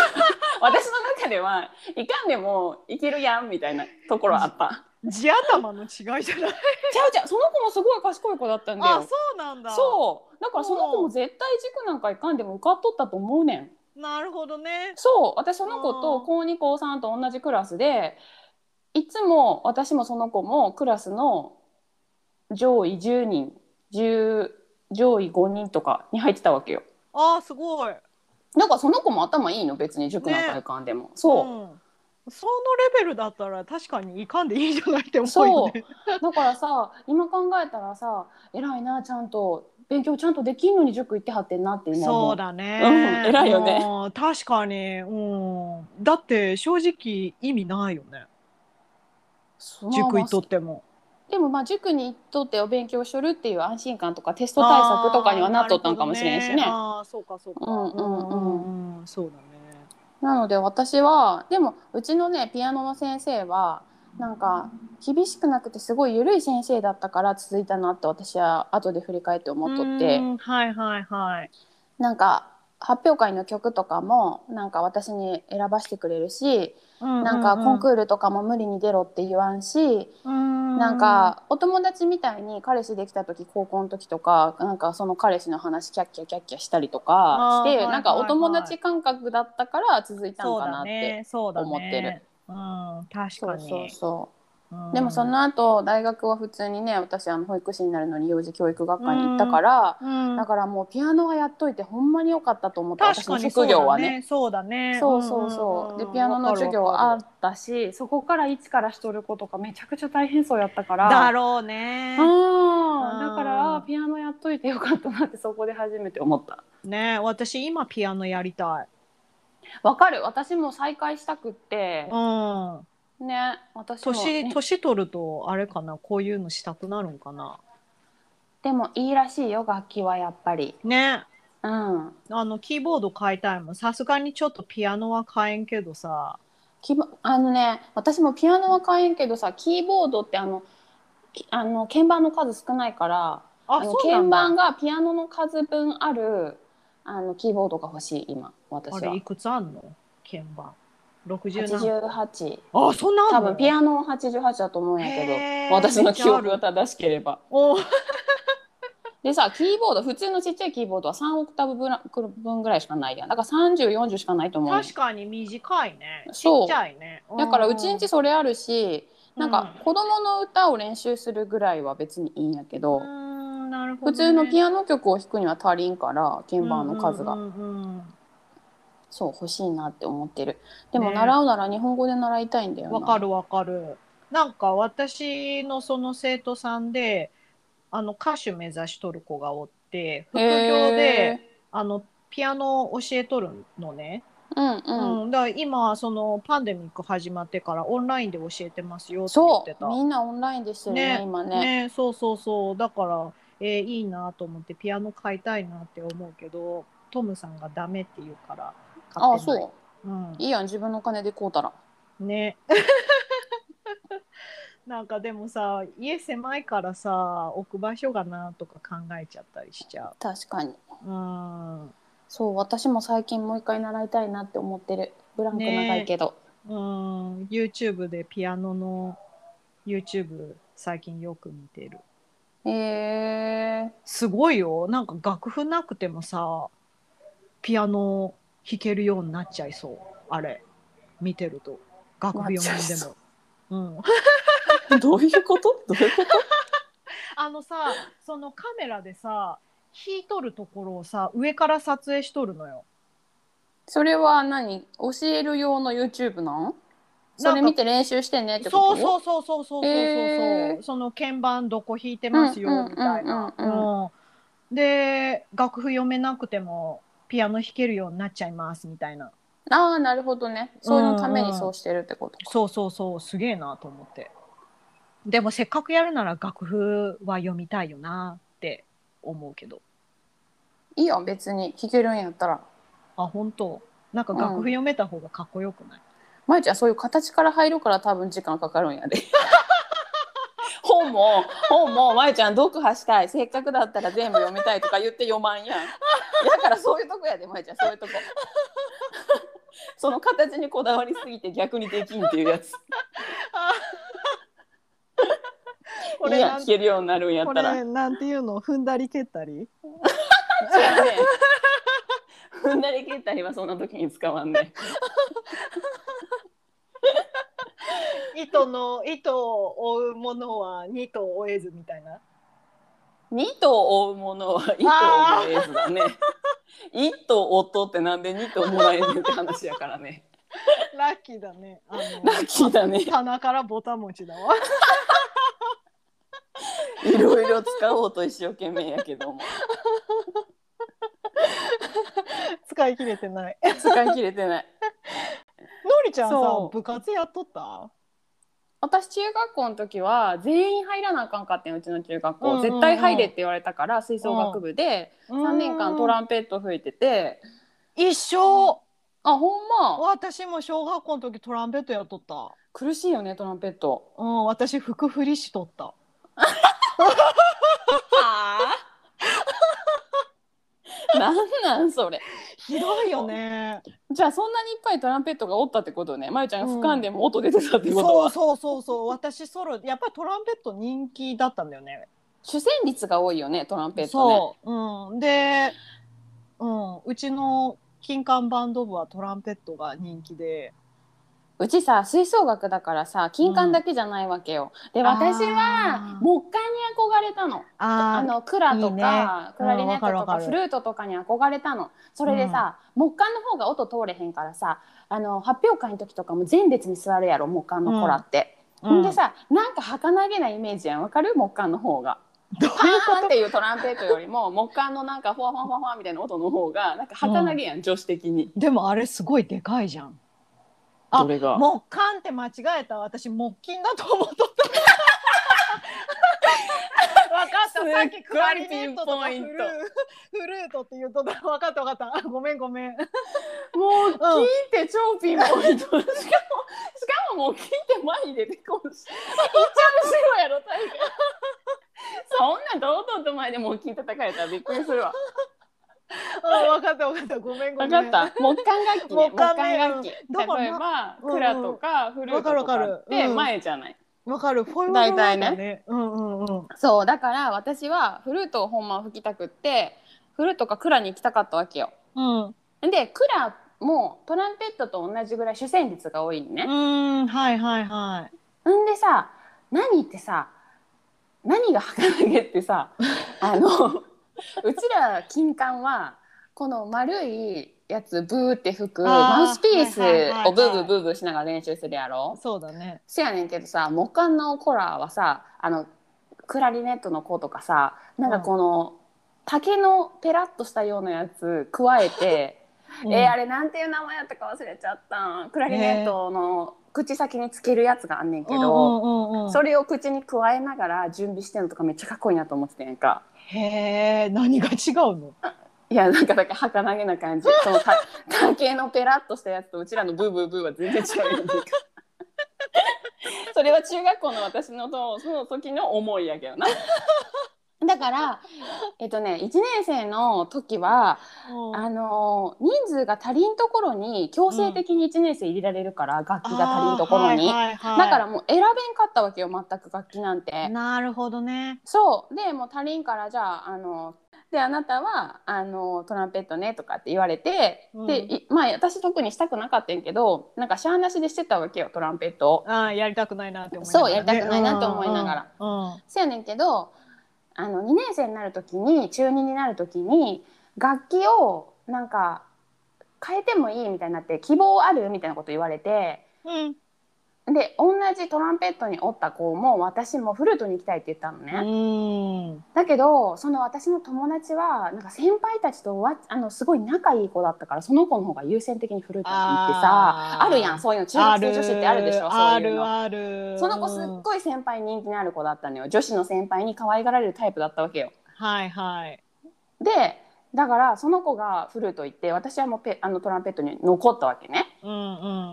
Speaker 3: 私の中ではいかんでもいけるやんみたいなところあった
Speaker 2: 地頭の違いじゃない
Speaker 3: ちゃうちゃうその子もすごい賢い子だったんだ
Speaker 2: あ
Speaker 3: よ
Speaker 2: そうなんだ
Speaker 3: そうだからその子も絶対塾なんかいかんでも受かっとったと思うねん
Speaker 2: なるほどね
Speaker 3: そう私その子と
Speaker 2: うん
Speaker 3: 高2高3と同じクラスでいつも私もその子もクラスの上位10人10上位5人とかに入ってたわけよ
Speaker 2: あーすごい
Speaker 3: だからその子も頭いいの別に塾なんか行かんでも、そう
Speaker 2: うん、そのレベルだったら確かにいかんでいいじゃないって思う
Speaker 3: そ
Speaker 2: よ
Speaker 3: う
Speaker 2: ね。
Speaker 3: だからさ今考えたらさ偉いなちゃんと勉強ちゃんとできんのに塾行ってはってんなって今思
Speaker 2: そううだね。
Speaker 3: うん偉いよね
Speaker 2: うん確かに、うん、だって正直意味ないよね。塾行っとっても。
Speaker 3: でもまあ塾に行っとってお勉強しとるっていう安心感とかテスト対策とかにはなっとったんかもしれんしね。
Speaker 2: あーなるほどあーそうかそうか。
Speaker 3: うんうんうん
Speaker 2: んうんそうだね。
Speaker 3: なので私はでもうちのねピアノの先生はなんか厳しくなくてすごい緩い先生だったから続いたなって私は後で振り返って思っとって。
Speaker 2: うんはいはいはい。
Speaker 3: なんか発表会の曲とかもなんか私に選ばしてくれるし、なんかコンクールとかも無理に出ろって言わんし、
Speaker 2: ール
Speaker 3: な
Speaker 2: な
Speaker 3: んかお友達みたいに彼氏できた時高校の時とかなんかその彼氏の話キャッキャキャッキャしたりとかし
Speaker 2: あー
Speaker 3: て、
Speaker 2: はいはいはい
Speaker 3: なんかお友達感覚だったから続いた
Speaker 2: そ
Speaker 3: ん
Speaker 2: う
Speaker 3: かな
Speaker 2: だ
Speaker 3: って。
Speaker 2: ねそうだね
Speaker 3: 思ってる。
Speaker 2: うん確
Speaker 3: そ
Speaker 2: か
Speaker 3: うそう
Speaker 2: に。
Speaker 3: そうう。
Speaker 2: ん
Speaker 3: でもそ。の後大学は普通にね、私あの保育士になるのに幼児教育学科に行ったから、
Speaker 2: うん
Speaker 3: だからもうピアノはやっといてほんまに良かったと思った。
Speaker 2: 確
Speaker 3: 私
Speaker 2: か
Speaker 3: の
Speaker 2: に
Speaker 3: 職業はね。。
Speaker 2: そうだね。
Speaker 3: そうそうそう。でピアノの授業あ
Speaker 2: あ
Speaker 3: ったし、そこから一からしとる子とかめちゃくちゃ大変そうやったから。
Speaker 2: だろうね。
Speaker 3: あ
Speaker 2: う
Speaker 3: あ、だ
Speaker 2: ん
Speaker 3: からあーピアノやっといてよかったなってそこで初めて思った。
Speaker 2: ね私今ピアノやりたい。
Speaker 3: わかる。私も再開したくって
Speaker 2: う、ん。
Speaker 3: ね、私も、
Speaker 2: 年
Speaker 3: ね、
Speaker 2: 年取るとあれかなこういうのしたくなるんかな。
Speaker 3: でもいいらしいよ楽器はやっぱり。
Speaker 2: ね。
Speaker 3: うん。
Speaker 2: あのキーボード買いたいもんさすがにちょっとピアノは買えんけどさ
Speaker 3: キーボあのね私もピアノは買えんけどさキーボードってあのきあの鍵盤の数少ないから
Speaker 2: あ
Speaker 3: の
Speaker 2: そうなん
Speaker 3: 鍵
Speaker 2: だ
Speaker 3: 盤がピアノの数分あるあのキーボードが欲しい今
Speaker 2: あ
Speaker 3: 私は
Speaker 2: れいくつあんの鍵盤67
Speaker 3: 88
Speaker 2: あそんなあ
Speaker 3: 多
Speaker 2: んの
Speaker 3: 分ピアノ88だと思うんやけ
Speaker 2: へー
Speaker 3: ど私の記憶
Speaker 2: めっ
Speaker 3: が正しければ
Speaker 2: お
Speaker 3: でさキーボード普通のちっちゃいキーボードは3オクターブ分ら分ぐらいしかないやんだから3040しかないと思うねん
Speaker 2: 確かに短いねち
Speaker 3: そう
Speaker 2: っちゃいね
Speaker 3: だからうちんちそれあるしなんか子供の歌を練習するぐらいは別にいいんやけど、
Speaker 2: うんなるほど
Speaker 3: 普
Speaker 2: ね
Speaker 3: 通のピアノ曲を弾くには足りんから鍵盤の数が、
Speaker 2: うんうんうん
Speaker 3: そう欲しいなって思ってるでも
Speaker 2: ね
Speaker 3: 習うなら日本語で習いたいんだよ
Speaker 2: うん
Speaker 3: な
Speaker 2: わかるわかるなんか私のその生徒さんであの歌手目指しとる子がおって副業で
Speaker 3: へ
Speaker 2: あのピアノを教えとるのね
Speaker 3: ーうんうん、
Speaker 2: うん、だから今そのパンデミック始まってからオンラインで教えてますよって言っ
Speaker 3: そ
Speaker 2: てた
Speaker 3: うみんなオンラインでしてるね
Speaker 2: ね
Speaker 3: 今ね
Speaker 2: ねそうそうそうだから、えーいいなと思ってピアノ買いたいなって思うけどトムさんがダメって言うから買ってな
Speaker 3: あ
Speaker 2: い、
Speaker 3: あそうういいやん自分の金で買うたら <laughs>
Speaker 2: ん、ねなんかでもさ家狭いからさ置く場所がなとか考えちゃったりしちゃ
Speaker 3: 確かに
Speaker 2: ううん
Speaker 3: そう私も最近もう一回習いたいなって思ってるブランク長いけど、
Speaker 2: うん、YouTube でピアノの YouTube 最近よく見てる。
Speaker 3: へえ
Speaker 2: すごいよ。なんか楽譜なくてもさ、ピアノ弾けるようになっちゃいそう。あれ、見てると。楽譜読んで
Speaker 3: なっちゃい
Speaker 2: も。うん、
Speaker 3: ー、どういうことどういうこと
Speaker 2: あのさそのカメラでさ弾いとるところをさ上から撮影しとるのよ
Speaker 3: それは何教える用の YouTube なん
Speaker 2: なんか
Speaker 3: それ見て練習してねってこと
Speaker 2: そうそうそうそうそうそうそう、
Speaker 3: へー
Speaker 2: その鍵盤どこ弾いてます
Speaker 3: うんうんうん
Speaker 2: よみたいな
Speaker 3: うんう
Speaker 2: うんで楽譜読めなくてもピアノ弾けるようになっちゃいますみたいな
Speaker 3: ああなるほどねそういうためにそうしてるってことか、
Speaker 2: そうそうそうすげえなと思ってでもせっかくやるなら楽譜は読みたいよなって思うけど
Speaker 3: いいよ別に弾けるんやったら
Speaker 2: あ本当なんか楽譜読めた方がかっこよくない、
Speaker 3: まゆちゃんそういう形から入るから多分時間かかるんや
Speaker 2: <laughs>
Speaker 3: で本も本もまゆちゃん読破したいせっかくだったら全部読みたいとか言って読まんやんだからそういうとこやでまゆちゃんそういう
Speaker 2: <laughs>
Speaker 3: とこその形にこだわりすぎて逆にできんっていうやつ
Speaker 2: こ
Speaker 3: い
Speaker 2: れ
Speaker 3: いや
Speaker 2: なん
Speaker 3: 弾けるようになるんやっ
Speaker 2: こ
Speaker 3: たら
Speaker 2: れなんていうの踏んだり蹴ったり
Speaker 3: それはね踏んだり蹴ったりはそんな時に使わんね。
Speaker 2: 糸の糸を追うものは二頭追えずみたいな
Speaker 3: 二と追うものは一と追うやつだね。一と夫ってなんで二ともらえるって話やからね。
Speaker 2: ラッキーだねあ
Speaker 3: <laughs> ラ
Speaker 2: の
Speaker 3: ッキーだね。
Speaker 2: 棚からボタン持ちだわ <laughs>
Speaker 3: いろいろ使おうと一生懸命やけども
Speaker 2: 使い切れてない
Speaker 3: 使い切れてない。
Speaker 2: のりちゃんさ
Speaker 3: そう
Speaker 2: 部活やっとった
Speaker 3: 私中学校の時は全員入らなあかんかってんうちの中学校、
Speaker 2: うんうんうん
Speaker 3: 絶対入れって言われたから吹奏楽部で3年間トラ
Speaker 2: ン
Speaker 3: ンペット吹いてて、
Speaker 2: 一生
Speaker 3: あほんま
Speaker 2: 私も小学校の時トランペットやっとった
Speaker 3: 苦しいよねトランペット。
Speaker 2: うん私服振りしとった
Speaker 3: <laughs> ああなんなんそれ
Speaker 2: ひどいよね
Speaker 3: じゃあそんなにいっぱいトランペットがおったってことねまゆちゃんが俯瞰でも音出てたってこと
Speaker 2: そ
Speaker 3: は、
Speaker 2: うそうそうそう私ソロやっぱりトランペット人気だったんだよね
Speaker 3: 主戦率が多いよねトランペットね
Speaker 2: そう、うん、で、うん、うちの金管バンド部はトランペットが人気で
Speaker 3: うちさ吹奏楽だからさ金管だけじゃないわけよ、で私は
Speaker 2: あー
Speaker 3: 木管に憧れたのあ
Speaker 2: あ
Speaker 3: のクラとか
Speaker 2: いいね
Speaker 3: クラリネット
Speaker 2: う
Speaker 3: とか
Speaker 2: んわかるわかる
Speaker 3: フルートとかに憧れたのそれでさ、木管の方が音通れへんからさあの発表会の時とかも前列に座るやろ木管の子らって、
Speaker 2: あ
Speaker 3: ほんでさなんか儚げなイメージやんわかる木管の方が。
Speaker 2: どう
Speaker 3: パーンっていうトランペットよりも <laughs> 木管のなんかフワフワフワフワみたいな音の方がなんか儚げやん、女子的に
Speaker 2: でもあれすごいでかいじゃんあ
Speaker 3: どれが
Speaker 2: 木管って間違えた私木金だと思っとった <laughs>
Speaker 3: す
Speaker 2: 分かった
Speaker 3: っごい
Speaker 2: さっきクラリネットとかフ
Speaker 3: ピ
Speaker 2: ル
Speaker 3: ン
Speaker 2: ー
Speaker 3: ポイン
Speaker 2: フルートって言うとった分かった分かったごめんごめん
Speaker 3: もう金
Speaker 2: うん
Speaker 3: って超ピンポイント、しかもしかももう金って前に出てこるし一番後ろやろ大概そんな堂々と前でもう金叩かれたらびっくりするわ
Speaker 2: うん分かった分かったごめんごめ
Speaker 3: 分
Speaker 2: ん
Speaker 3: かった木管楽器ね木
Speaker 2: 木管
Speaker 3: 管
Speaker 2: ね
Speaker 3: 楽器例
Speaker 2: うんだから
Speaker 3: えば
Speaker 2: うん
Speaker 3: クラとかフルートと
Speaker 2: わか
Speaker 3: か
Speaker 2: るわ
Speaker 3: っ
Speaker 2: かる
Speaker 3: て
Speaker 2: うん
Speaker 3: 前じゃない
Speaker 2: わかるフォイル
Speaker 3: 大体ね
Speaker 2: ねうんうんうん
Speaker 3: そうだから私はフルートをほんまは吹きたくってフルートかクラに行きたかったわけよ
Speaker 2: うん
Speaker 3: でクラもトランペットと同じぐらい主旋律が多いのね、
Speaker 2: うんはいはいはい
Speaker 3: んでさ何ってさ何が儚げって
Speaker 2: <laughs>
Speaker 3: さあのうちら金管はこの丸いやつブーって吹く
Speaker 2: あー
Speaker 3: マウスピース
Speaker 2: はいはいはいはい
Speaker 3: をブーブーブーブーしながら練習するやろ
Speaker 2: そうだね
Speaker 3: せやねんけどさ木管のコラーはさあのクラリネットの子とかさなんかこの竹のペラッとしたようなやつ加えて。えーあれなんていう名前やったか忘れちゃったクラリネットの口先につけるやつがあんねんけど、
Speaker 2: うんうんうんうん
Speaker 3: それを口に加えながら準備してんのとかめっちゃかっこいいなと思ってたやんか
Speaker 2: へえ何が違うの
Speaker 3: いやなんかだけ儚げな感じそのた <laughs> 竹のペラッとしたやつとうちらのブーブーブーは全然違うや <laughs> んかそれは中学校の私のとその時の思いやけどな <laughs> だからえっとね1年生の時はあのー人数が足りんところに強制的に1年生入れられるから、楽器が足りんところに、
Speaker 2: あーはいはいはい
Speaker 3: だからもう選べんかったわけよ全く楽器なんて、
Speaker 2: なるほどね
Speaker 3: そうでもう足りんからじゃあ、あのーであなたはあのートランペットねとかって言われて、
Speaker 2: うん
Speaker 3: でいまあ私特にしたくなかったんやけどなんかしゃあなしでしてたわけよトランペットを。
Speaker 2: あーやりたくないなって思い
Speaker 3: そうやりたくないなって思いながら
Speaker 2: ら
Speaker 3: せやねんけどあの2年生になる時に中2になる時に楽器をなんか変えてもいいみたいになって希望あるみたいなこと言われて
Speaker 2: うんうん
Speaker 3: で同じトランペットにおった子も私もフルートに行きたいって言ったのね、
Speaker 2: うん
Speaker 3: だけどその私の友達はなんか先輩たちとわあのすごい仲いい子だったからその子の方が優先的にフルートに行ってさ
Speaker 2: あ
Speaker 3: あ
Speaker 2: ー
Speaker 3: るやんそういうの中学生女子ってあるでしょそういうの。
Speaker 2: あるある
Speaker 3: その子すっごい先輩人気のある子だったのよ女子の先輩に可愛がられるタイプだったわけよ。
Speaker 2: はいはい
Speaker 3: でだからその子がフルート行って私はもうペあのトランペットに残ったわけね。
Speaker 2: うんう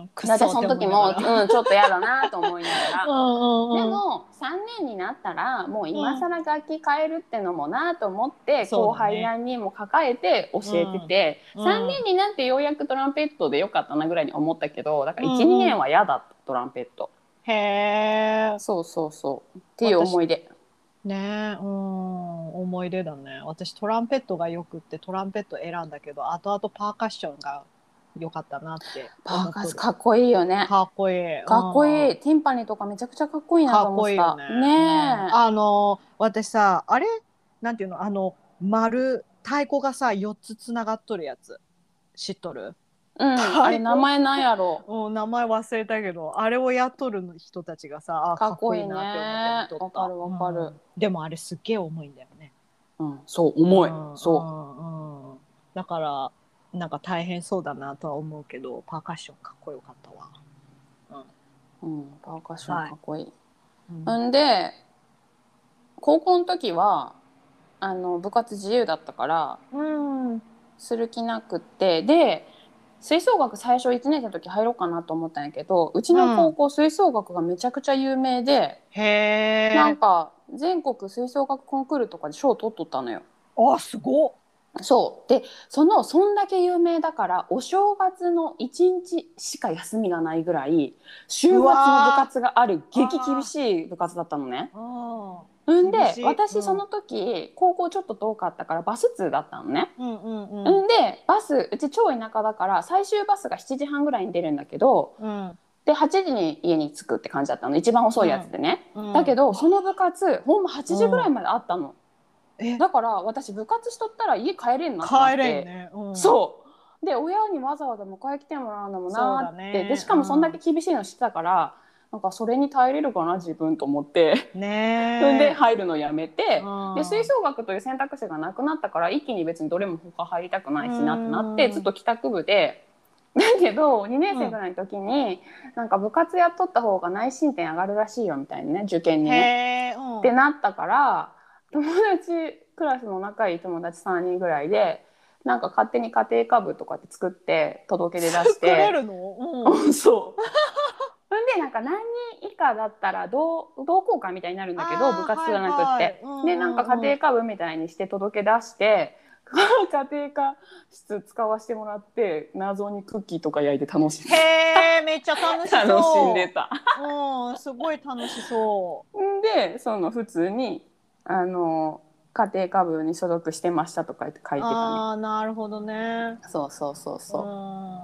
Speaker 2: んくっ
Speaker 3: だってそ
Speaker 2: って
Speaker 3: の
Speaker 2: 思い
Speaker 3: 時
Speaker 2: な
Speaker 3: も、
Speaker 2: がら
Speaker 3: うん、ちょっと嫌だなと思いながら。
Speaker 2: うん
Speaker 3: で
Speaker 2: うんうん
Speaker 3: も3年になったらもう今更楽器変えるってのもなと思って、
Speaker 2: そうだね
Speaker 3: 後輩何人も抱えて教えてて、
Speaker 2: うん
Speaker 3: 3年になってようやくトランペットでよかったなぐらいに思ったけどだから12、
Speaker 2: うんうん
Speaker 3: 年は嫌だったトランペット
Speaker 2: へえ
Speaker 3: そうそうそうっていう思い出
Speaker 2: ねえうん思い出だね私トランペットがよくってトランペット選んだけど後々パーカッションが良かったなって
Speaker 3: パ
Speaker 2: 思
Speaker 3: ー
Speaker 2: っと
Speaker 3: カ
Speaker 2: る
Speaker 3: スかっこいいよね
Speaker 2: かっこいい
Speaker 3: かっこ
Speaker 2: うん
Speaker 3: いいティンパニーとかめちゃくちゃかっこいいな
Speaker 2: か
Speaker 3: と
Speaker 2: っ
Speaker 3: 思っ
Speaker 2: こ
Speaker 3: て
Speaker 2: いい
Speaker 3: た
Speaker 2: よ
Speaker 3: ね
Speaker 2: ね
Speaker 3: え、
Speaker 2: うんあの私さあれなんていうのあの丸太鼓がさ4つつながっとるやつ知っとる
Speaker 3: うん、
Speaker 2: 高
Speaker 3: あれ名前なんやろ
Speaker 2: うん名前忘れたけどあれをやっとる人たちがさあ
Speaker 3: かっこいいね
Speaker 2: なって思って見とった
Speaker 3: わかるわかる
Speaker 2: うんでもあれすっげえ重いんだよね
Speaker 3: う、うん、そう重い、
Speaker 2: うん
Speaker 3: そ
Speaker 2: んうんだからなんか大変そうだなとは思うけどパーカッションかっこよかったわ
Speaker 3: ううん、パーカッションかっこいい。
Speaker 2: うん
Speaker 3: んで高校の時はあの部活自由だったから
Speaker 2: うん
Speaker 3: する気なくってで吹奏楽最初1年生の時入ろうかなと思ったんやけどうちの高校吹奏楽がめちゃくちゃ有名で、
Speaker 2: へえ
Speaker 3: なんか全国吹奏楽コンクールとかで賞を取っとったのよ。
Speaker 2: あすごっ
Speaker 3: そうでそのそんだけ有名だからお正月の1日しか休みがないぐらい週末の部活がある激厳しい部活だったのね。
Speaker 2: あ
Speaker 3: うんで
Speaker 2: 厳しいう
Speaker 3: 私
Speaker 2: ん
Speaker 3: その時、高校ちょっと遠かったからバス通だったのね。
Speaker 2: うんうんう
Speaker 3: うんんでバスうち超田舎だから最終バスが7時半ぐらいに出るんだけど
Speaker 2: うん
Speaker 3: で8時に家に着くって感じだったの一番遅いやつでね。
Speaker 2: うん
Speaker 3: だけどその部活ほんま8時ぐらいまであったの。
Speaker 2: え
Speaker 3: だから私部活しとったら家帰れんなってなって
Speaker 2: 帰れんね、うん、
Speaker 3: そうで親にわざわざ迎え来てもらうのもなー
Speaker 2: そう
Speaker 3: って、
Speaker 2: だね
Speaker 3: でしかもそんだけ厳しいのしてたから、なんかそれに耐えれるかな自分と思って、
Speaker 2: ね
Speaker 3: それ <laughs> で
Speaker 2: え
Speaker 3: 入るのやめて、
Speaker 2: うん
Speaker 3: で吹奏楽という選択肢がなくなったから一気に別にどれも他入りたくないしなってなっ
Speaker 2: う
Speaker 3: て
Speaker 2: ん
Speaker 3: ずっと帰宅部で。 <laughs> だけど2年生ぐらいの時に、なんか部活やっとった方が内申点上がるらしいよみたいなね受験にね。
Speaker 2: へえ、うん、
Speaker 3: ってなったから友達クラスの仲いい友達3人ぐらいでなんか勝手に家庭科部とかって作って届け出出し
Speaker 2: 作れ
Speaker 3: て
Speaker 2: るの、うん、
Speaker 3: うんそう <laughs> ほんでなんか何人以下だったら同同好会みたいになるんだけ
Speaker 2: あ
Speaker 3: ど
Speaker 2: ー
Speaker 3: 部活じゃなくって、
Speaker 2: はいはいうんうんうん
Speaker 3: でなんか家庭科部みたいにして届け出して。 <laughs> 家庭科室使わせてもらって謎にクッキーとか焼いて楽しんで
Speaker 2: へえめっちゃ楽しそう
Speaker 3: 楽しんでた。
Speaker 2: うんすごい楽しそ
Speaker 3: んでその普通にあの家庭科部に所属してましたとか言って書
Speaker 2: う
Speaker 3: いてたね
Speaker 2: ああなるほどね
Speaker 3: そうそうそうそう
Speaker 2: うん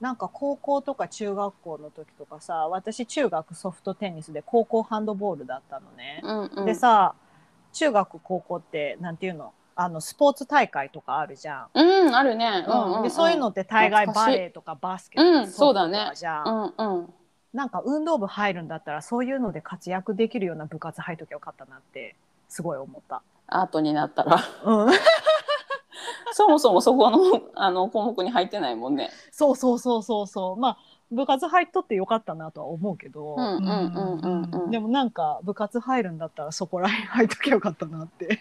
Speaker 2: なんか高校とか中学校の時とかさ私中学ソフトテニスで高校ハンドボールだったのね、
Speaker 3: うんうん
Speaker 2: でさ中学高校ってなんていうのあのスポーツ大会とかあるじゃん、
Speaker 3: うんあるね
Speaker 2: うんでそういうのって大概
Speaker 3: 懐か
Speaker 2: バ
Speaker 3: しい
Speaker 2: レエとかバスケとか
Speaker 3: うん
Speaker 2: ソ
Speaker 3: そう
Speaker 2: フト
Speaker 3: だ
Speaker 2: と
Speaker 3: ね
Speaker 2: かじゃん、
Speaker 3: うんうん
Speaker 2: なんか運動部入るんだったらそういうので活躍できるような部活入っときゃよかったなってすごい思った。
Speaker 3: アートになったら <laughs>
Speaker 2: うん、
Speaker 3: そもそもそこのあの項目に入ってないもんね
Speaker 2: そうそうそうそうそうまあ部活入っとってよかったなとは思うけど、
Speaker 3: うんうんうんうんうん
Speaker 2: でもなんか部活入るんだったらそこら辺入っときゃよかった
Speaker 3: <laughs>
Speaker 2: なって。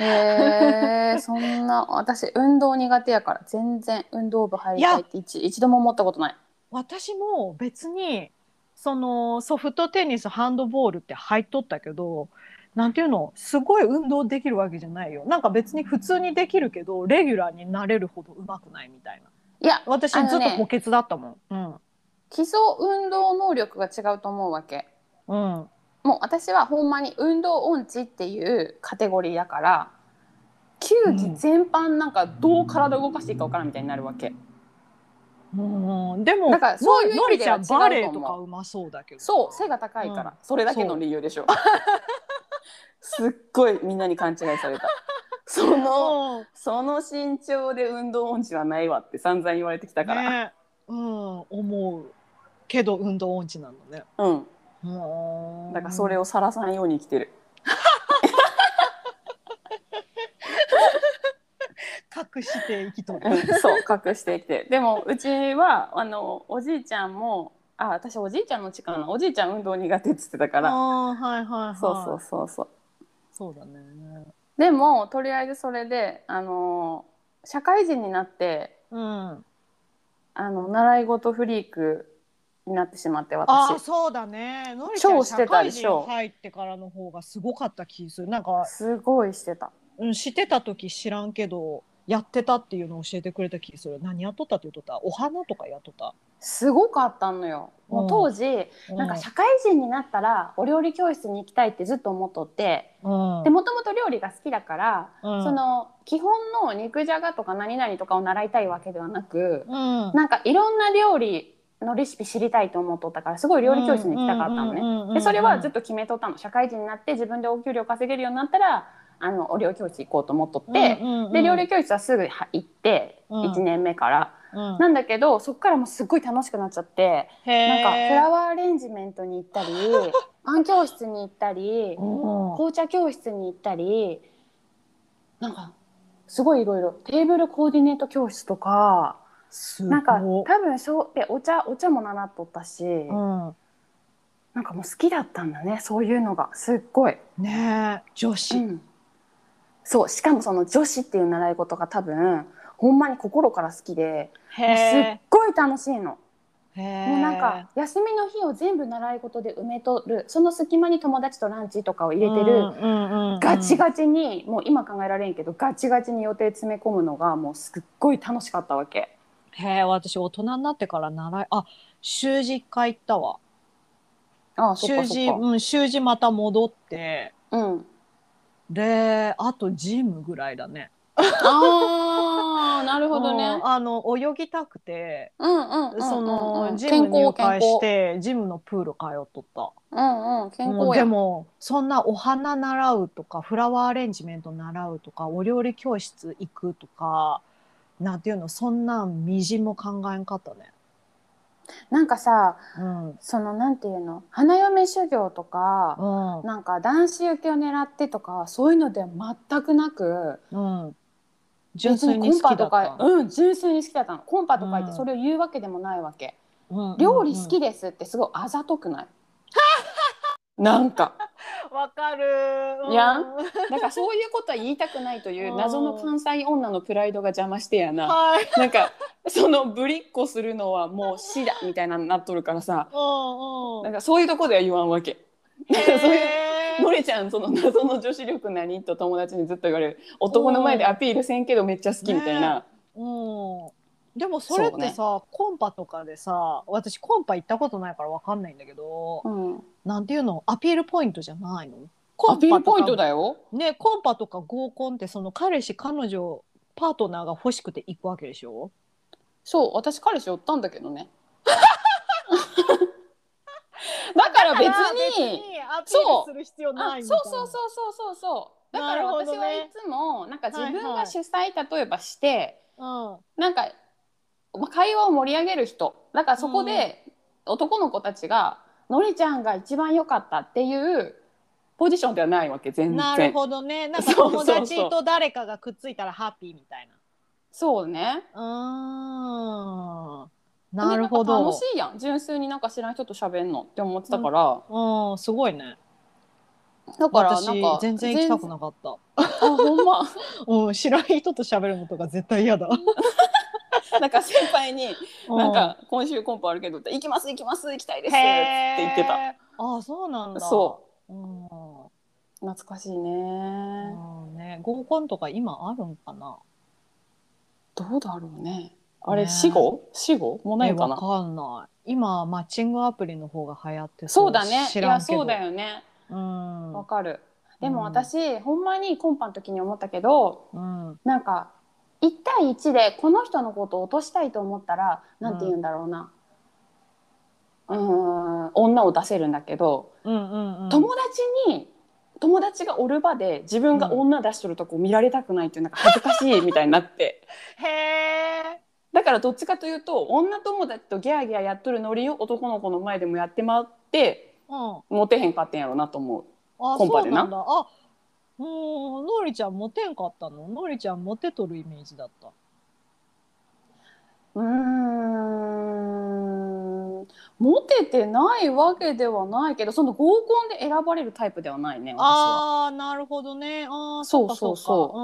Speaker 3: へえそんな私運動苦手やから全然運動部入りたいって一一度も思ったことない
Speaker 2: 私も別にそのソフトテニスハンドボールって入っとったけどなんていうのすごい運動できるわけじゃないよなんか別に普通にできるけどレギュラーになれるほどうまくないみたいない
Speaker 3: や
Speaker 2: 私
Speaker 3: あのね
Speaker 2: ずっと補欠だったもん、
Speaker 3: 基礎運動能力が違うと思うわけ
Speaker 2: うんうん
Speaker 3: もう私はほんまに運動音痴っていうカテゴリーだから球技全般なんかどう体動かしていいか分からんみたいになるわけ、
Speaker 2: うん、でも
Speaker 3: だからそういう
Speaker 2: のの
Speaker 3: 意
Speaker 2: り
Speaker 3: 味
Speaker 2: ち
Speaker 3: では
Speaker 2: ゃ
Speaker 3: 違
Speaker 2: ん
Speaker 3: うと思う
Speaker 2: バレエとかうまそうだけど
Speaker 3: そう背が高いから、
Speaker 2: うん
Speaker 3: それだけの理由でしょすっごいみんなに勘違いされたその
Speaker 2: うん
Speaker 3: その身長で運動音痴はないわって散々言われてきたから、
Speaker 2: ねうん思うけど運動音痴なのね
Speaker 3: うん
Speaker 2: うん
Speaker 3: だからそれをさらさんように生きてる
Speaker 2: 隠して生きとる
Speaker 3: うん
Speaker 2: <laughs>
Speaker 3: そう隠してきてでもうちはあのおじいちゃんもあ私おじいちゃんのちかなおじいちゃん運動苦手っつってたから
Speaker 2: ああーはいはいはい
Speaker 3: そうそうそうそう
Speaker 2: そうだね
Speaker 3: でもとりあえずそれであの社会人になって
Speaker 2: うん
Speaker 3: あの習い事フリークになってしまって
Speaker 2: あー
Speaker 3: 私
Speaker 2: そうだねのりちゃん
Speaker 3: 超してたでしょ
Speaker 2: 社会人入ってからの方がすごかった気するなんか、
Speaker 3: すごいしてた
Speaker 2: うん、してた時知らんけどやってたっていうのを教えてくれた気する何やっとったって言っとったお花とかやっとった、
Speaker 3: すごかったのよもう当時、
Speaker 2: う
Speaker 3: なんか社会人になったらお料理教室に行きたいってずっと思っとって
Speaker 2: うん
Speaker 3: でもともと料理が好きだから、
Speaker 2: うん
Speaker 3: その基本の肉じゃがとか何々とかを習いたいわけではなく、
Speaker 2: うん
Speaker 3: なんかいろんな料理のレシピ知りたいと思っとったからすごい料理教室に行きたかったのね。
Speaker 2: ね
Speaker 3: でそれはずっと決めとったの社会人になって自分でお給料稼げるようになったらあのお料理教室行こうと思っとって、で料理教室はすぐは行って、
Speaker 2: うん
Speaker 3: 1年目から、
Speaker 2: な
Speaker 3: なんだけどそこからもうすっごい楽しくなっちゃって、なんかフラワーアレンジメントに行ったりパン教室に行ったり
Speaker 2: こ
Speaker 3: 紅茶教室に行ったりなんかすごいいろいろテーブルコーディネート教室とか
Speaker 2: すごい
Speaker 3: なんか多分そうでお茶お茶も習っとったし、
Speaker 2: うん
Speaker 3: なんかもう好きだったんだねそういうのがすっごい、
Speaker 2: ねえ女
Speaker 3: う
Speaker 2: 子、
Speaker 3: ん、そうしかもその女子っていう習い事が多分ほんまに心から好きでもうすっ
Speaker 2: へ
Speaker 3: ごい楽しいの。
Speaker 2: えへ
Speaker 3: もうなんか休みの日を全部習い事で埋めとるその隙間に友達とランチとかを入れてる、
Speaker 2: る
Speaker 3: ガチガチにもう今考えられんけどガチガチに予定詰め込むのがもうすっごい楽しかったわけ。
Speaker 2: へえ私大人になってから習いあ習字一回行ったわ
Speaker 3: ああそっ
Speaker 2: 習
Speaker 3: かそ
Speaker 2: 字
Speaker 3: っ
Speaker 2: うん習字また戻って
Speaker 3: か。 <laughs> うん。
Speaker 2: であとジムぐらいだね
Speaker 3: ああなる
Speaker 2: なあの泳ぎたくて
Speaker 3: うんうんうんうん
Speaker 2: そのジ
Speaker 3: 健
Speaker 2: ムに
Speaker 3: 康
Speaker 2: 入
Speaker 3: 健
Speaker 2: 会
Speaker 3: 康
Speaker 2: してジムのプール通っとった
Speaker 3: うんうん健
Speaker 2: もう
Speaker 3: 康
Speaker 2: で
Speaker 3: や。
Speaker 2: もそんなお花習うとかフラワーアレンジメント習うとかお料理教室行くとかなんていうのそんなんみじんも考えんかったね。
Speaker 3: なんかさ
Speaker 2: うん
Speaker 3: そのなんていうの花嫁修行とか、
Speaker 2: うん
Speaker 3: なんか男子受けを狙ってとかそういうのでは全くなく
Speaker 2: うん、純
Speaker 3: 別に
Speaker 2: 粋に
Speaker 3: コン
Speaker 2: 好
Speaker 3: パ
Speaker 2: きだ
Speaker 3: と
Speaker 2: っ
Speaker 3: か
Speaker 2: た、
Speaker 3: うん、純粋に好きだったのコンパとか言っ
Speaker 2: う
Speaker 3: て
Speaker 2: ん
Speaker 3: それを言うわけでもないわけ、
Speaker 2: うん
Speaker 3: 料理好きですってすごいあざとく <laughs> ない、なんか
Speaker 2: わかる
Speaker 3: うんやんだからそういうことは言いたくないという謎の関西女のプライドが邪魔してやな
Speaker 2: はい
Speaker 3: なんかそのぶりっこするのはもう死だみたいなのになっとるからさ
Speaker 2: う
Speaker 3: なんん
Speaker 2: うん
Speaker 3: か <laughs> そういうとこでは言わんわけ。なんかそういう
Speaker 2: へー
Speaker 3: のりちゃんその謎の女子力何と友達にずっと言われる男の前でアピールせんけどめっちゃ好きみたいな、
Speaker 2: うんでもそれってさ、コンパとかでさ私コンパ行ったことないからわかんないんだけど、
Speaker 3: うん、
Speaker 2: なんていうのアピールポイントじゃないの
Speaker 3: アピールポイント
Speaker 2: だ
Speaker 3: だよ
Speaker 2: ねコンパとか合コンってその彼氏彼女パートナーが欲しくて行くわけでしょ
Speaker 3: そう私彼氏おったんだけどね <laughs> だから別に
Speaker 2: ア
Speaker 3: ピール
Speaker 2: する必要
Speaker 3: あそうそうそうそうそうそうだから私
Speaker 2: な
Speaker 3: は
Speaker 2: るほどね
Speaker 3: いつもなんか自分
Speaker 2: はいは
Speaker 3: が
Speaker 2: い
Speaker 3: 主催例えばして
Speaker 2: うん
Speaker 3: なんかまあ会話を盛り上げる人だからそこで男の子たちが「のりちゃんが一番良かった」っていうポジションではないわけ全然。
Speaker 2: なるほどね。なんか
Speaker 3: そうそ
Speaker 2: 友
Speaker 3: うそう
Speaker 2: 達と誰かがくっついたらハッピーみたいな。
Speaker 3: そうね
Speaker 2: うーん。なるほど。
Speaker 3: でなんか楽しいやん純粋になんか知らん人と喋んのって思ってたから、
Speaker 2: うん、すごいね。
Speaker 3: だからなん
Speaker 2: 私
Speaker 3: か
Speaker 2: 全然行きたく
Speaker 3: い
Speaker 2: なかった。
Speaker 3: あほんま
Speaker 2: うん、知らん人と喋るのとか絶対嫌だ。
Speaker 3: なんか先輩に「なん
Speaker 2: う
Speaker 3: か今週コンパあるけど」って「行きます行きます行きたいです」って
Speaker 2: へー
Speaker 3: 言ってた
Speaker 2: ん。あ、そうなんだ。。
Speaker 3: そう
Speaker 2: うん。
Speaker 3: う懐かしいね
Speaker 2: うんね、合コンとか今あるんかな。
Speaker 3: どうだろうねあれ
Speaker 2: ね
Speaker 3: 死後死後もうない
Speaker 2: え
Speaker 3: か
Speaker 2: わ
Speaker 3: な
Speaker 2: かんない。今マッチングアプリの方が流行って
Speaker 3: そうだねい
Speaker 2: 知ら
Speaker 3: や
Speaker 2: んけど。
Speaker 3: そうだよね
Speaker 2: うん。
Speaker 3: わかるで
Speaker 2: う
Speaker 3: も
Speaker 2: ん
Speaker 3: 私、ほんまにコンパの時に思ったけど
Speaker 2: うん。
Speaker 3: なんか1対1でこの人のことを落としたいと思ったらなんて言うんだろうな、うーん、女を出せるんだけど、
Speaker 2: うんうんうん。
Speaker 3: 友達に友達がおる場で自分が女出しとるとこ見られたくないっていうなんか恥ずかしいみたいになって
Speaker 2: へー。
Speaker 3: だからどっちかというと女友達とギャーギャーやっとるノリを男の子の前でもやってまって
Speaker 2: うん。
Speaker 3: モテへんかってんやろなと思う。
Speaker 2: あ、
Speaker 3: コンパでな
Speaker 2: そうなんだ。あ、もうのりちゃんモテんかったの？のりちゃんモテとるイメージだった。
Speaker 3: うーんモテてないわけではないけどその合コンで選ばれるタイプではないね私は
Speaker 2: ああ、なるほどね。ああ、
Speaker 3: そう
Speaker 2: か
Speaker 3: そう
Speaker 2: か
Speaker 3: そう
Speaker 2: う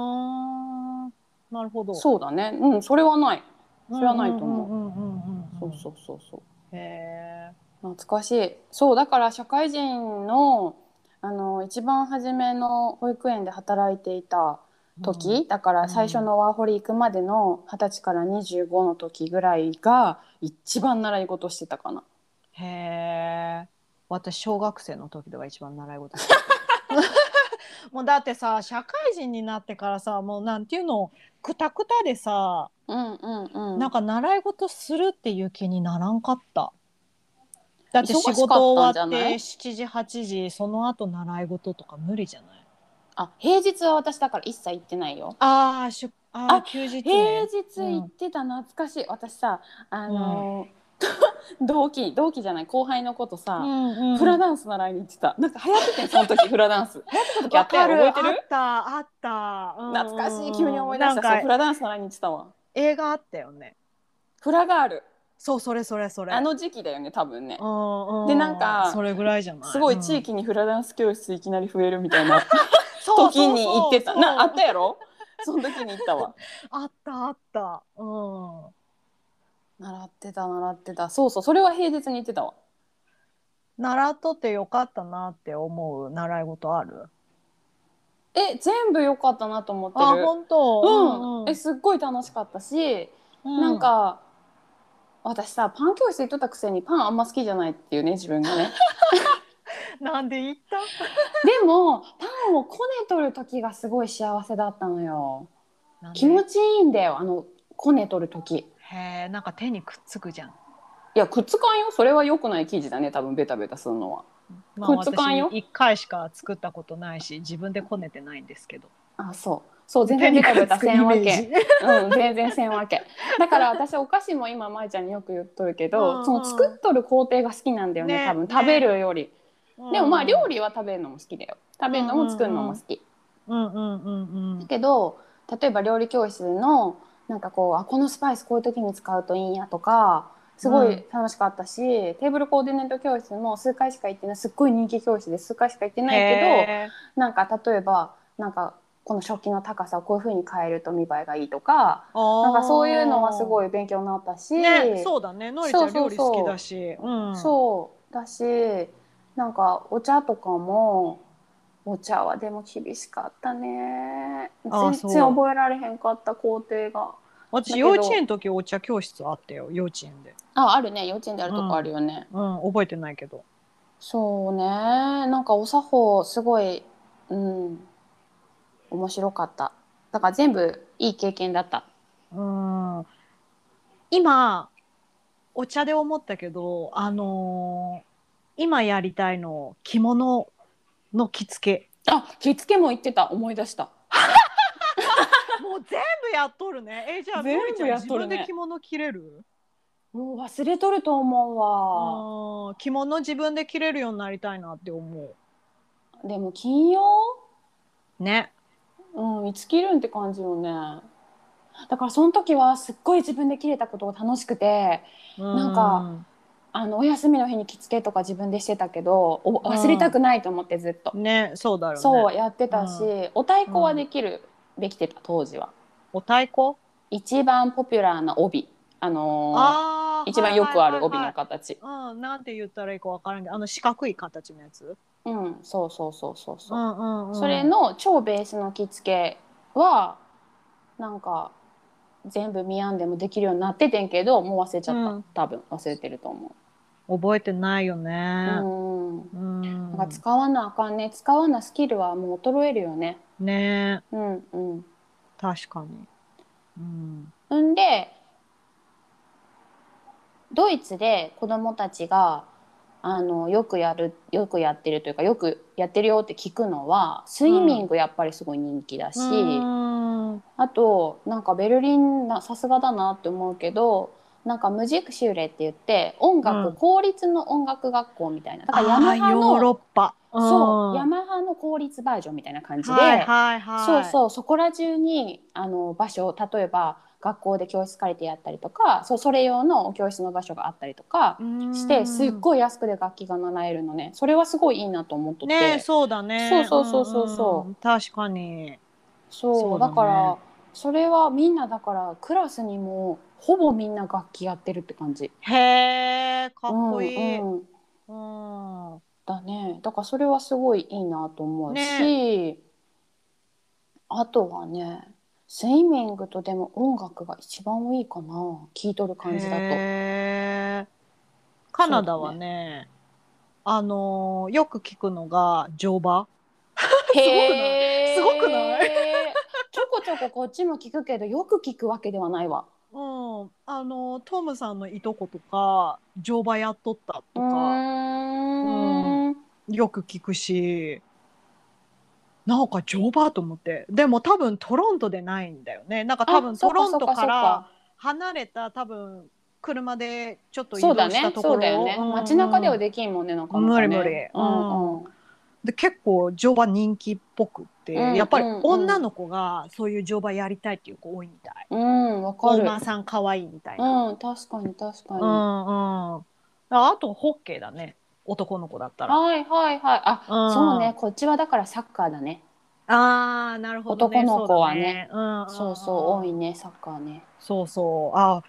Speaker 2: ーん。なるほど。
Speaker 3: そうだねうんそれはない
Speaker 2: うんうんうんうんう
Speaker 3: それは
Speaker 2: んうん、
Speaker 3: ないと思うそううんそうそうそう
Speaker 2: うん。へえ。
Speaker 3: 懐かしいそうだから社会人のあの一番初めの保育園で働いていた時、だから最初のワーホリ行くまでの二十歳から25の時ぐらいが一番習い事してたかな
Speaker 2: うん。へえ。私小学生の時とか一番習い事してた。 <laughs> もうだってさ社会人になってからさもうなんていうのくたくたでさ、
Speaker 3: うんうんうん
Speaker 2: なんか習い事するっていう気にならんかった。だって
Speaker 3: 忙
Speaker 2: 仕
Speaker 3: しかったんじゃない
Speaker 2: 事終わって7時8時その後習い事とか無理じゃない
Speaker 3: あ平日は私だから一切行ってないよ
Speaker 2: あーしゅあ
Speaker 3: あ
Speaker 2: ー休日
Speaker 3: 平
Speaker 2: ね
Speaker 3: 日行ってた懐かしい、私さあのー <laughs> 同期同期じゃない後輩の子と
Speaker 2: う
Speaker 3: さ、
Speaker 2: んうん
Speaker 3: フラダンス習いに行ってたなんか流行っててその時フラダンス流行ってた時あ
Speaker 2: わ
Speaker 3: ったよ
Speaker 2: か
Speaker 3: 覚
Speaker 2: る
Speaker 3: えて
Speaker 2: あ
Speaker 3: る
Speaker 2: ったあった、うんうんうん
Speaker 3: 懐かしい急に思い出し
Speaker 2: なん
Speaker 3: たそう
Speaker 2: か
Speaker 3: フラダンス習いに行ってたわ
Speaker 2: 映画あったよね
Speaker 3: フフラガール
Speaker 2: そうそれそれそれ
Speaker 3: あの時期だよね多分ね
Speaker 2: うんうん
Speaker 3: でなんか
Speaker 2: それぐらいじゃない
Speaker 3: すごい
Speaker 2: うん
Speaker 3: 地域にフラダンス教室いきなり増えるみたいな
Speaker 2: そう
Speaker 3: 時に行ってた
Speaker 2: そうそう
Speaker 3: なあったやろその時に行った
Speaker 2: <laughs>
Speaker 3: わ
Speaker 2: あったあったうん
Speaker 3: 習ってた習ってたそうそうそれは平日に行ってたわ
Speaker 2: 習っとってよかったなって思う習い事ある
Speaker 3: え全部良かったなと思ってる
Speaker 2: 当
Speaker 3: うん、
Speaker 2: う
Speaker 3: えすっごい楽しかったし、
Speaker 2: ん
Speaker 3: なんか私さパン教室行っとったくせにパンあんま好きじゃないっていうね自分が
Speaker 2: <laughs>
Speaker 3: ね
Speaker 2: なんで行った
Speaker 3: でもパンをこねとる時がすごい幸せだったのよ気持
Speaker 2: ち
Speaker 3: ちいいんだよあのこねとる時
Speaker 2: へえなんか手にくっつくじゃん、
Speaker 3: いやくっつかんよそれは良くない生地だね多分ベタベタするのは
Speaker 2: まあ、
Speaker 3: くっつかんよ
Speaker 2: 私一回しか作ったことないし自分でこねてないんですけど
Speaker 3: あそうそう全然ベタベタせんわ
Speaker 2: 手にくっつ
Speaker 3: けうん全然せんわけだから私お菓子も今まいちゃんによく言っとるけ
Speaker 2: う
Speaker 3: ど
Speaker 2: ん
Speaker 3: その作っとる工程が好きなんだよね
Speaker 2: ね
Speaker 3: 多分
Speaker 2: ね
Speaker 3: 食べるより、
Speaker 2: イメージ
Speaker 3: でもまあ料理は食べるのも好きだよ食べるのも作るのも好き、
Speaker 2: うんうんうんうん
Speaker 3: だけど例えば料理教室のなんかこうあこのスパイスこういう時に使うといいんやとかすご
Speaker 2: うん
Speaker 3: い楽しかったし、テーブルコーディネート教室も数回しか行ってないすっごい人気教室で数回しか行ってないけ
Speaker 2: へ
Speaker 3: どなんか例えばなんかこの食器の高さをこういう風に変えると見栄えがいいとか
Speaker 2: ーあ
Speaker 3: なんかそういうのはす
Speaker 2: い
Speaker 3: ごい勉強になったし、
Speaker 2: ねそうだねのりちゃん
Speaker 3: そ
Speaker 2: 料
Speaker 3: うそう
Speaker 2: 理
Speaker 3: そう
Speaker 2: 好きだしうん
Speaker 3: そうだしなんかお茶とかもお茶はでも厳しかったね
Speaker 2: あー
Speaker 3: 全
Speaker 2: そ
Speaker 3: 然
Speaker 2: う
Speaker 3: 覚えられへんかった工程がだ
Speaker 2: 私
Speaker 3: けど
Speaker 2: 幼稚園の時お茶教室あったよ幼稚園で
Speaker 3: ああるね幼稚園であるとこあるよね、
Speaker 2: うん覚えてないけど
Speaker 3: そうねなんかお作法すごいうん面白かっただから全部いい経験だった
Speaker 2: うん今お茶で思ったけどあのー今やりたいの着物の着付
Speaker 3: あ着付けも行ってた思い出した
Speaker 2: けもう全部やっとるねえじゃあ
Speaker 3: 全部
Speaker 2: のりちゃん
Speaker 3: やっ
Speaker 2: 自
Speaker 3: とる
Speaker 2: 分
Speaker 3: ね
Speaker 2: で着物着れる
Speaker 3: もう忘れとると思うわ、
Speaker 2: あー着物自分で着れるようになりたいなって思
Speaker 3: でも金曜
Speaker 2: うね
Speaker 3: うん、いつ切るんって感じよね。だからその時はすっごい自分で切れたことが楽しくて
Speaker 2: なん
Speaker 3: かあのお休みの日に着付けとか自分でしてたけどお忘れたくないと思ってずっと、
Speaker 2: ねそうだよね
Speaker 3: そうやってたし、
Speaker 2: う
Speaker 3: お太鼓はできる、できてた当時は
Speaker 2: お太鼓
Speaker 3: 一番ポピュラーな帯あの
Speaker 2: あ
Speaker 3: ー一番よくある帯
Speaker 2: な
Speaker 3: の形、
Speaker 2: うん、なんて言ったらいいかわからんけどあの四角い形のやつ、
Speaker 3: うんそうそうそうそうそう、
Speaker 2: んうんうん
Speaker 3: それの超ベースの着付けはなんか全部見やんでもできるようになっててんけどもう忘れちゃった、
Speaker 2: うん
Speaker 3: 多分忘れてると思う。
Speaker 2: 覚えてないよ
Speaker 3: う
Speaker 2: ね。
Speaker 3: ん
Speaker 2: うん
Speaker 3: なんか使わなあかんね使わなスキルはもう衰えるよね。
Speaker 2: ね
Speaker 3: うんうん、
Speaker 2: 確かに。うん、
Speaker 3: んでドイツで子どもたちがあのよくやるよくやってるというかよくやってるよって聞くのはスイミングやっぱりすごい人気だし、
Speaker 2: うん
Speaker 3: あとなんかベルリンなさすがだなって思うけどなんかムジックシューレって言って音楽、
Speaker 2: うん
Speaker 3: 公立の音楽学校みたいなだ
Speaker 2: あ
Speaker 3: からヤマ
Speaker 2: ー
Speaker 3: ハ
Speaker 2: ヨーロ
Speaker 3: の
Speaker 2: ッパ。
Speaker 3: そうヤ
Speaker 2: ん
Speaker 3: マハの公立バージョンみたいな感じで、
Speaker 2: はいはいはい。
Speaker 3: そうそうそこら中にあの場所を例えば学校で教室借りてやったりとかそうそれ用の教室の場所があったりとか
Speaker 2: うん
Speaker 3: してすっごい安くで楽器が習えるのねそれはすごいいいなと思っとって、
Speaker 2: ねそうだね。
Speaker 3: そうそうそうそうそうん
Speaker 2: ん確かに。
Speaker 3: そう
Speaker 2: そうだ
Speaker 3: だ,、
Speaker 2: ね
Speaker 3: からそれはみんなだからクラスにもほぼみんな楽器やってるって感じ。
Speaker 2: へえかっこいい。
Speaker 3: うんうん
Speaker 2: うん
Speaker 3: だねだからそれはすごいいいなと思うし、あとはねスイミングとでも音楽が一番多いかな聴いとる感じだと。
Speaker 2: へーカナダはねあのーよく聞くのが乗馬
Speaker 3: へー
Speaker 2: すごくない
Speaker 3: ちょこちょここっちも聞くけどよく聞くわけではないわ。
Speaker 2: うん、あのートムさんのいとことか乗馬やっとったと
Speaker 3: う
Speaker 2: か
Speaker 3: ーん
Speaker 2: よく聞くしなんか乗馬と思ってでも多分トロントでないんだよねなんか多分
Speaker 3: あそ
Speaker 2: ト
Speaker 3: っか
Speaker 2: ロ
Speaker 3: そ
Speaker 2: ン
Speaker 3: っ
Speaker 2: ト
Speaker 3: かそ
Speaker 2: か
Speaker 3: っ
Speaker 2: ら
Speaker 3: か
Speaker 2: 離れた多分車でちょっと移
Speaker 3: そ
Speaker 2: 動
Speaker 3: うだ
Speaker 2: した
Speaker 3: ね
Speaker 2: ところ
Speaker 3: そうだよね、
Speaker 2: ん
Speaker 3: 街中ではできんもんねなかなかね
Speaker 2: 無理無理
Speaker 3: うんうん
Speaker 2: で結構乗馬人気っぽくって、
Speaker 3: うん
Speaker 2: やっぱり
Speaker 3: うんうん
Speaker 2: 女の子がそういう乗馬やりたいっていう子多いみたい。
Speaker 3: うんうん、わか
Speaker 2: 大
Speaker 3: る。
Speaker 2: 間さん可愛いみたいな。
Speaker 3: うん、確かに確かに。
Speaker 2: うんうん、あとホッケーだね男の子だったら。
Speaker 3: はいはいはい。あ、
Speaker 2: うん
Speaker 3: そうね。こっちはだからサッカーだね。
Speaker 2: ああなるほど、ね、
Speaker 3: 男の子はね
Speaker 2: そうだうんんん
Speaker 3: そうそう、多いね、サッカーね。
Speaker 2: そうそうあ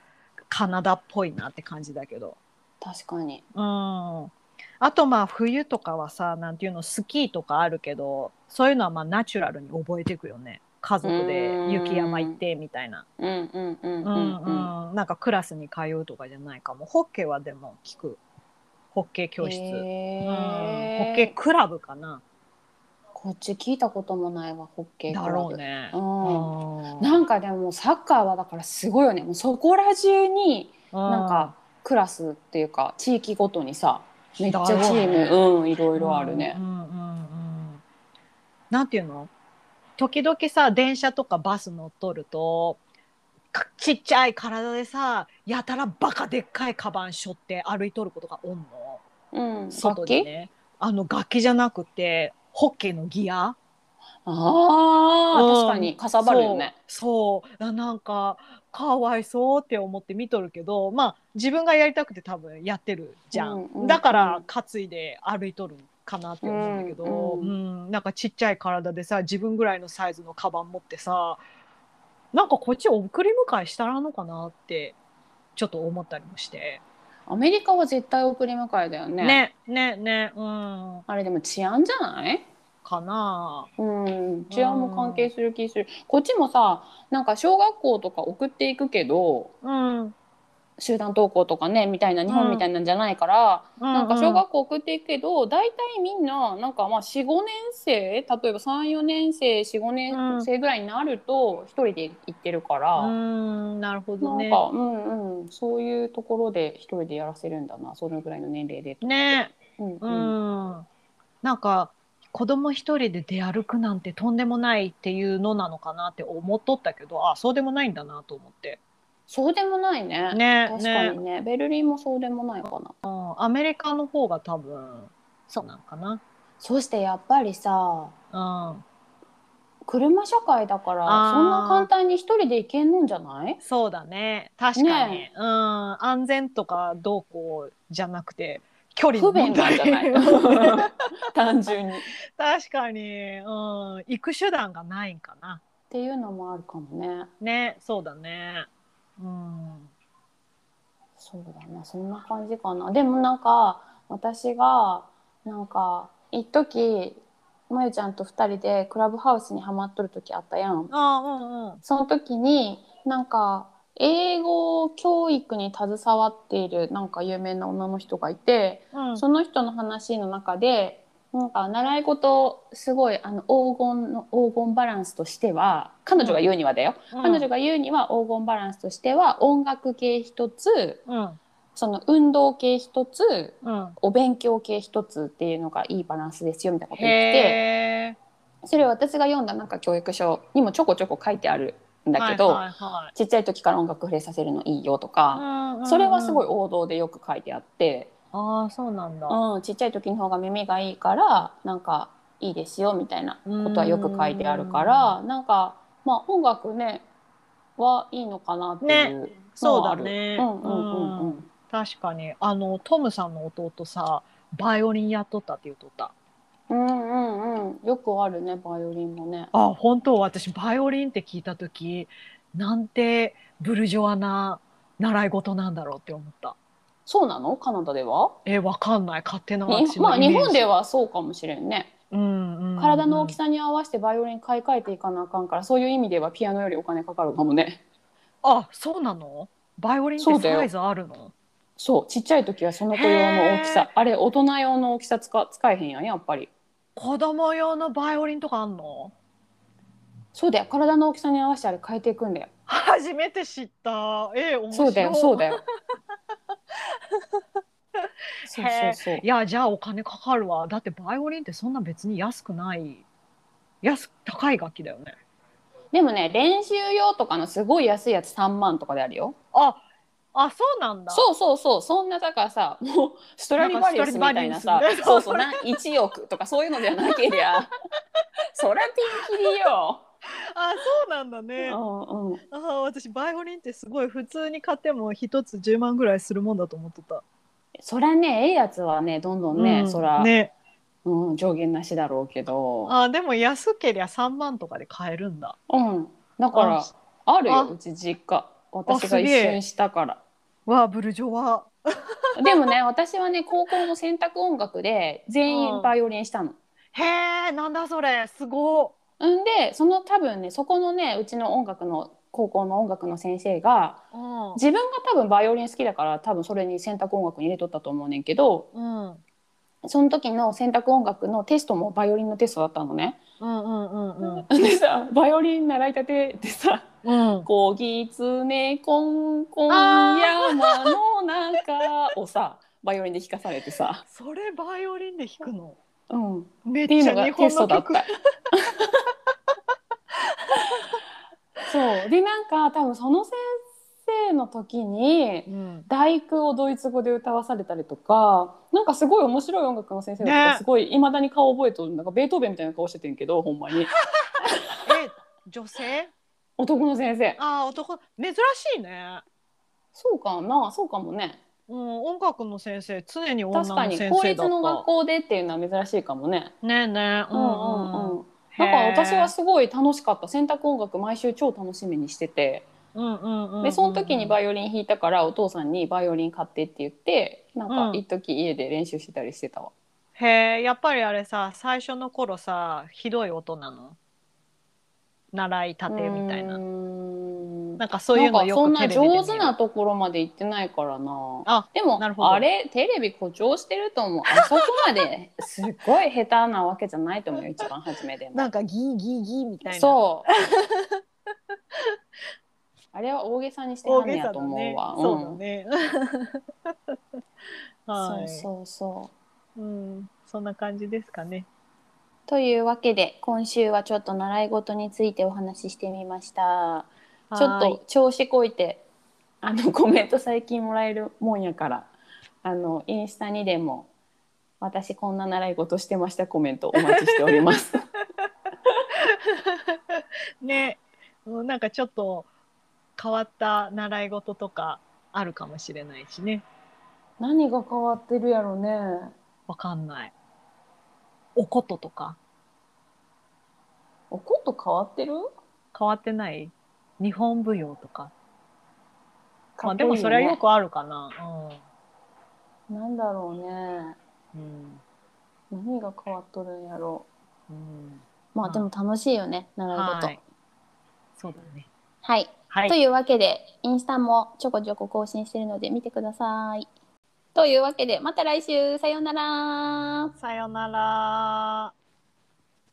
Speaker 2: カナダっぽいなって感じだけど、
Speaker 3: 確かに。
Speaker 2: うん、あとまあ冬とかはさなんていうのスキーとかあるけどそういうのはまあナチュラルに覚えていくよね家族で雪山行ってみたいな、
Speaker 3: うんうんうん
Speaker 2: う
Speaker 3: うんんうん。
Speaker 2: うんなんかクラスに通うとかじゃないかもホッケーはでも聞くホッケー教室、
Speaker 3: へ
Speaker 2: う
Speaker 3: ー
Speaker 2: ん、ホッケークラブかな
Speaker 3: こっち聞いたこともないわ、ホッケークラ
Speaker 2: だ
Speaker 3: ブ
Speaker 2: ろう。ね。
Speaker 3: うん
Speaker 2: うん
Speaker 3: なんかでもサッカーはだからすごいよね。もうそこら中になんかクラスっていうか地域ごとにさ、めっちゃチ
Speaker 2: だろうね
Speaker 3: ームうんいろいろあるね
Speaker 2: う。んうんうんうんなんていうの時々さ電車とかバス乗っとるとかちっちゃい体でさやたらバカでっかいカバン背負って歩いとることがおんの
Speaker 3: うん。
Speaker 2: 外でねあの楽器じゃなくてホッケーのギア
Speaker 3: ああ、
Speaker 2: うん
Speaker 3: 確かにかさばるよね。
Speaker 2: そうそうあなんかかわいそうって思って見とるけどまあ自分がやりたくて多分やってるじゃん,、
Speaker 3: うんうんうん
Speaker 2: だから担いで歩いとるんかなって思うんだけど、う
Speaker 3: うんん
Speaker 2: なんかちっちゃい体でさ自分ぐらいのサイズのカバン持ってさなんかこっち送り迎えしたらんのかなってちょっと思ったりもして
Speaker 3: アメリカは絶対送り迎えだよね。
Speaker 2: ねねねうん
Speaker 3: あれでも治安じゃない？
Speaker 2: かな
Speaker 3: うん、治安も関係する気する。こっちもさ、なんか小学校とか送っていくけど、
Speaker 2: うん、うん
Speaker 3: 集団登校とかねみたいな日本みたいなんじゃないから、なんか小学校送っていくけど、大体みんななんかまあ45年生例えば34年生45年生ぐらいになると一人で行ってるか
Speaker 2: う
Speaker 3: ら、
Speaker 2: んなるほど
Speaker 3: なん
Speaker 2: ね
Speaker 3: か、うんうんそういうところで一人でやらせるんだなそのぐらいの年齢で。
Speaker 2: ね
Speaker 3: うん
Speaker 2: う
Speaker 3: うん
Speaker 2: んなんか子供一人で出歩くなんてとんでもないっていうのなのかなって思っとったけどあそうでもないんだなと思って
Speaker 3: そうでもないね。
Speaker 2: ね
Speaker 3: 確か
Speaker 2: ね
Speaker 3: に、ねベルリンもそうでもないかな。
Speaker 2: うん、アメリカの方が多分そうなんかな
Speaker 3: そしてやっぱりさ
Speaker 2: うん
Speaker 3: 車社会だから
Speaker 2: あー
Speaker 3: そんな簡単に一人で行けんのんじゃない
Speaker 2: そうだね確かに、
Speaker 3: ね
Speaker 2: うん安全とかどうこうじゃなくて距離
Speaker 3: 不
Speaker 2: の
Speaker 3: 便
Speaker 2: 問
Speaker 3: なん
Speaker 2: 題
Speaker 3: じゃない <laughs> 単純に。っ
Speaker 2: <laughs> 確かに、うん、行く手段がないんかな
Speaker 3: ていうのもあるかもね。
Speaker 2: ねそうだねうん
Speaker 3: そうだなそんな感じかなでもなんか私がなんか一時まゆちゃんと2人でクラブハウスにハマっとる時あったやん
Speaker 2: あうんうん
Speaker 3: その時になんか英語教育に携わっているなんか有名な女の人がいて
Speaker 2: うん
Speaker 3: その人の話の中でなんか習い事すごいあの黄金の黄金バランスとしては彼女が言うにはだよ、彼女が言うには黄金バランスとしては音楽系一つ
Speaker 2: うん
Speaker 3: その運動系一つ
Speaker 2: うん
Speaker 3: お勉強系一つっていうのがいいバランスですよみたいなこと言って
Speaker 2: へえ。
Speaker 3: てそれは私が読んだなんか教育書にもちょこちょこ書いてあるんだけど、
Speaker 2: はいはい
Speaker 3: ちっちゃい時から音楽触れさせるのいいよとか、
Speaker 2: はい
Speaker 3: それはすごい
Speaker 2: い。
Speaker 3: 王道でよく書いてあって、
Speaker 2: ああそうなんだ。
Speaker 3: うん、ちっちゃい時の方が耳がいいからなんかいいですよみたいなことはよく書いてあるからなんかまあ音楽ねはいいのかなっていう
Speaker 2: そ
Speaker 3: の
Speaker 2: う
Speaker 3: はあ
Speaker 2: だ
Speaker 3: る。
Speaker 2: ね。
Speaker 3: うんうんうんうん
Speaker 2: うん確かにあのトムさんの弟さバイオリンやっとったって言っとった。
Speaker 3: うんうんうん、よくあるねバイオリンもね。
Speaker 2: あ本当私バイオリンって聞いた時なんてブルジョアな習い事なんだろうって思った。
Speaker 3: そうなのカナダでは
Speaker 2: えわかんない勝手な
Speaker 3: に
Speaker 2: 私
Speaker 3: ま
Speaker 2: の
Speaker 3: あ
Speaker 2: イメー
Speaker 3: 日
Speaker 2: ジ。
Speaker 3: 本ではそうかもしれんね、
Speaker 2: うんうんうん
Speaker 3: 体の大きさに合わせてバイオリン買い替えていかなあかんからそういう意味ではピアノよりお金かかるかもね
Speaker 2: あそうなの？バイオリンっ
Speaker 3: そ
Speaker 2: て
Speaker 3: うだよ
Speaker 2: サイズあるの？
Speaker 3: そうちっちゃい時はその子用の大き
Speaker 2: へー
Speaker 3: さあれ大人用の大きさ使使えへんやんやっぱり
Speaker 2: 子供用のバイオリンとかあんの？
Speaker 3: そうだよ体の大きさに合わせてあれ変えていくんだよ
Speaker 2: 初めて知った。ええ面白
Speaker 3: そ
Speaker 2: いう
Speaker 3: だよそう
Speaker 2: <laughs>
Speaker 3: だよそうそうそう
Speaker 2: いやじゃあお金かかるわ。だってバイオリンってそんな別に安くない。安高い楽器だよね。
Speaker 3: でもね練習用とかのすごい安いやつ3万とかであるよ
Speaker 2: ああそうなんだ。
Speaker 3: そうそうそうそんなだから
Speaker 2: <laughs>
Speaker 3: さもうストラディバリウスみたいなさ
Speaker 2: なんかストラディバリウス
Speaker 3: そうそ
Speaker 2: ね <laughs>
Speaker 3: うな1億とかそういうのではなけりゃそりゃピンキリよ
Speaker 2: あそうなんだねあ
Speaker 3: うんうん、
Speaker 2: あ私バイオリンってすごい普通に買っても一つ10万ぐらいするもんだと思ってた
Speaker 3: そりゃねええやつはねどんどんね、
Speaker 2: うん
Speaker 3: そりゃ、
Speaker 2: ね
Speaker 3: うん、上限なしだろうけど
Speaker 2: あでも安けりゃ3万とかで買えるんだ
Speaker 3: うんだからある
Speaker 2: あ
Speaker 3: ようち実家私
Speaker 2: す
Speaker 3: が
Speaker 2: げ
Speaker 3: 一
Speaker 2: え
Speaker 3: 瞬したから
Speaker 2: わあブルジョワ
Speaker 3: でも
Speaker 2: <laughs>
Speaker 3: ね私はね高校の選択音楽で全
Speaker 2: うん
Speaker 3: 員バイオリンしたの。
Speaker 2: へえなんだそれすご
Speaker 3: んでその多分ねそこのねうちの音楽の高校の音楽の先生が
Speaker 2: うん
Speaker 3: 自分が多分バイオリン好きだから多分それに選択音楽に入れとったと思うねんけど
Speaker 2: うんうん
Speaker 3: その時の選択音楽のテストもバイオリンのテストだったのね。
Speaker 2: うんうんうん
Speaker 3: <laughs> でさバイオリン習いたてでさ
Speaker 2: う
Speaker 3: 「
Speaker 2: ん
Speaker 3: こぎつねこんこん山の中」をさバイオリンで弾かされてさ。
Speaker 2: それバイオリンで弾くの
Speaker 3: うん
Speaker 2: めっ
Speaker 3: っていう
Speaker 2: ち
Speaker 3: の
Speaker 2: ゃ日
Speaker 3: がテ
Speaker 2: 本
Speaker 3: スト
Speaker 2: の
Speaker 3: だっ
Speaker 2: 曲
Speaker 3: た。 <laughs> そうでなんか多分その先生の時に
Speaker 2: うん
Speaker 3: 第九をドイツ語で歌わされたりとかなんかすごい面白い音楽の先生だったか
Speaker 2: ね
Speaker 3: らすごいいまだに顔覚えとるなんかベートーベンみたいな顔しててんけどほんまに
Speaker 2: え女性
Speaker 3: 男の先生
Speaker 2: ああ男珍しいね
Speaker 3: そうかなそうかもね
Speaker 2: うん音楽の先生常に女の
Speaker 3: 確かに
Speaker 2: 先
Speaker 3: 公
Speaker 2: 生
Speaker 3: 立
Speaker 2: だっ
Speaker 3: の学
Speaker 2: た
Speaker 3: 校でっていうのは珍しいかもね
Speaker 2: ねえねえ
Speaker 3: うんうんうん
Speaker 2: へ
Speaker 3: だ
Speaker 2: え
Speaker 3: から私はすごい楽しかった選択音楽毎週超楽しみにしてて
Speaker 2: うんうんうんうん
Speaker 3: でその時にバイオリン弾いたからお父さんにバイオリン買ってって言ってなん
Speaker 2: う
Speaker 3: か
Speaker 2: ん
Speaker 3: 一時家で練習してたりしてたわ、
Speaker 2: へえやっぱりあれさ最初の頃さひどい音なの習いたてみたいう
Speaker 3: ー
Speaker 2: なんなんかそういう
Speaker 3: な
Speaker 2: の
Speaker 3: んかそんな
Speaker 2: よくテレビで見る
Speaker 3: 上手なところまで行ってないからな
Speaker 2: あ
Speaker 3: で
Speaker 2: なるほ
Speaker 3: も
Speaker 2: ど
Speaker 3: あれテレビ誇張してると思うあそこま
Speaker 2: <laughs>
Speaker 3: ですっごい下手なわけじゃないと思うよ一番初めでも
Speaker 2: なんかギーギーギーみたいな
Speaker 3: そう <laughs> あれは大げさにしては
Speaker 2: 大
Speaker 3: んね
Speaker 2: げ
Speaker 3: や
Speaker 2: さ
Speaker 3: と
Speaker 2: だ
Speaker 3: 思
Speaker 2: ね
Speaker 3: うわ
Speaker 2: そうだね
Speaker 3: う
Speaker 2: は
Speaker 3: ん
Speaker 2: <laughs> い
Speaker 3: そうそうそう
Speaker 2: うんそんな感じですかね
Speaker 3: というわけで今週はちょっと習い事についてお話ししてみましたちょっ
Speaker 2: はーい
Speaker 3: と調子こいてあの <laughs> コメント最近もらえるもんやからあのインスタにでも「私こんな習い事してました」コメントお待ちしております
Speaker 2: <laughs> ねうんなんかちょっと変わった習い事とかあるかもしれないしね
Speaker 3: 何が変わってるやろね
Speaker 2: わかんないおこととか
Speaker 3: おこと変わってる
Speaker 2: 変わってない日本舞踊とか
Speaker 3: か
Speaker 2: まあ、
Speaker 3: っ
Speaker 2: で
Speaker 3: こいいね
Speaker 2: もそれはよくあるかな、
Speaker 3: なんだろうね
Speaker 2: うんう
Speaker 3: 何
Speaker 2: ん
Speaker 3: が変わっとるんやろ
Speaker 2: うん、
Speaker 3: まあでも楽しいよね習い事
Speaker 2: はいそうだね
Speaker 3: はい
Speaker 2: は
Speaker 3: と
Speaker 2: い
Speaker 3: いうわけで、インスタもちょこちょこ更新してるので見てください。というわけで、また来週、さようなら。
Speaker 2: さよなら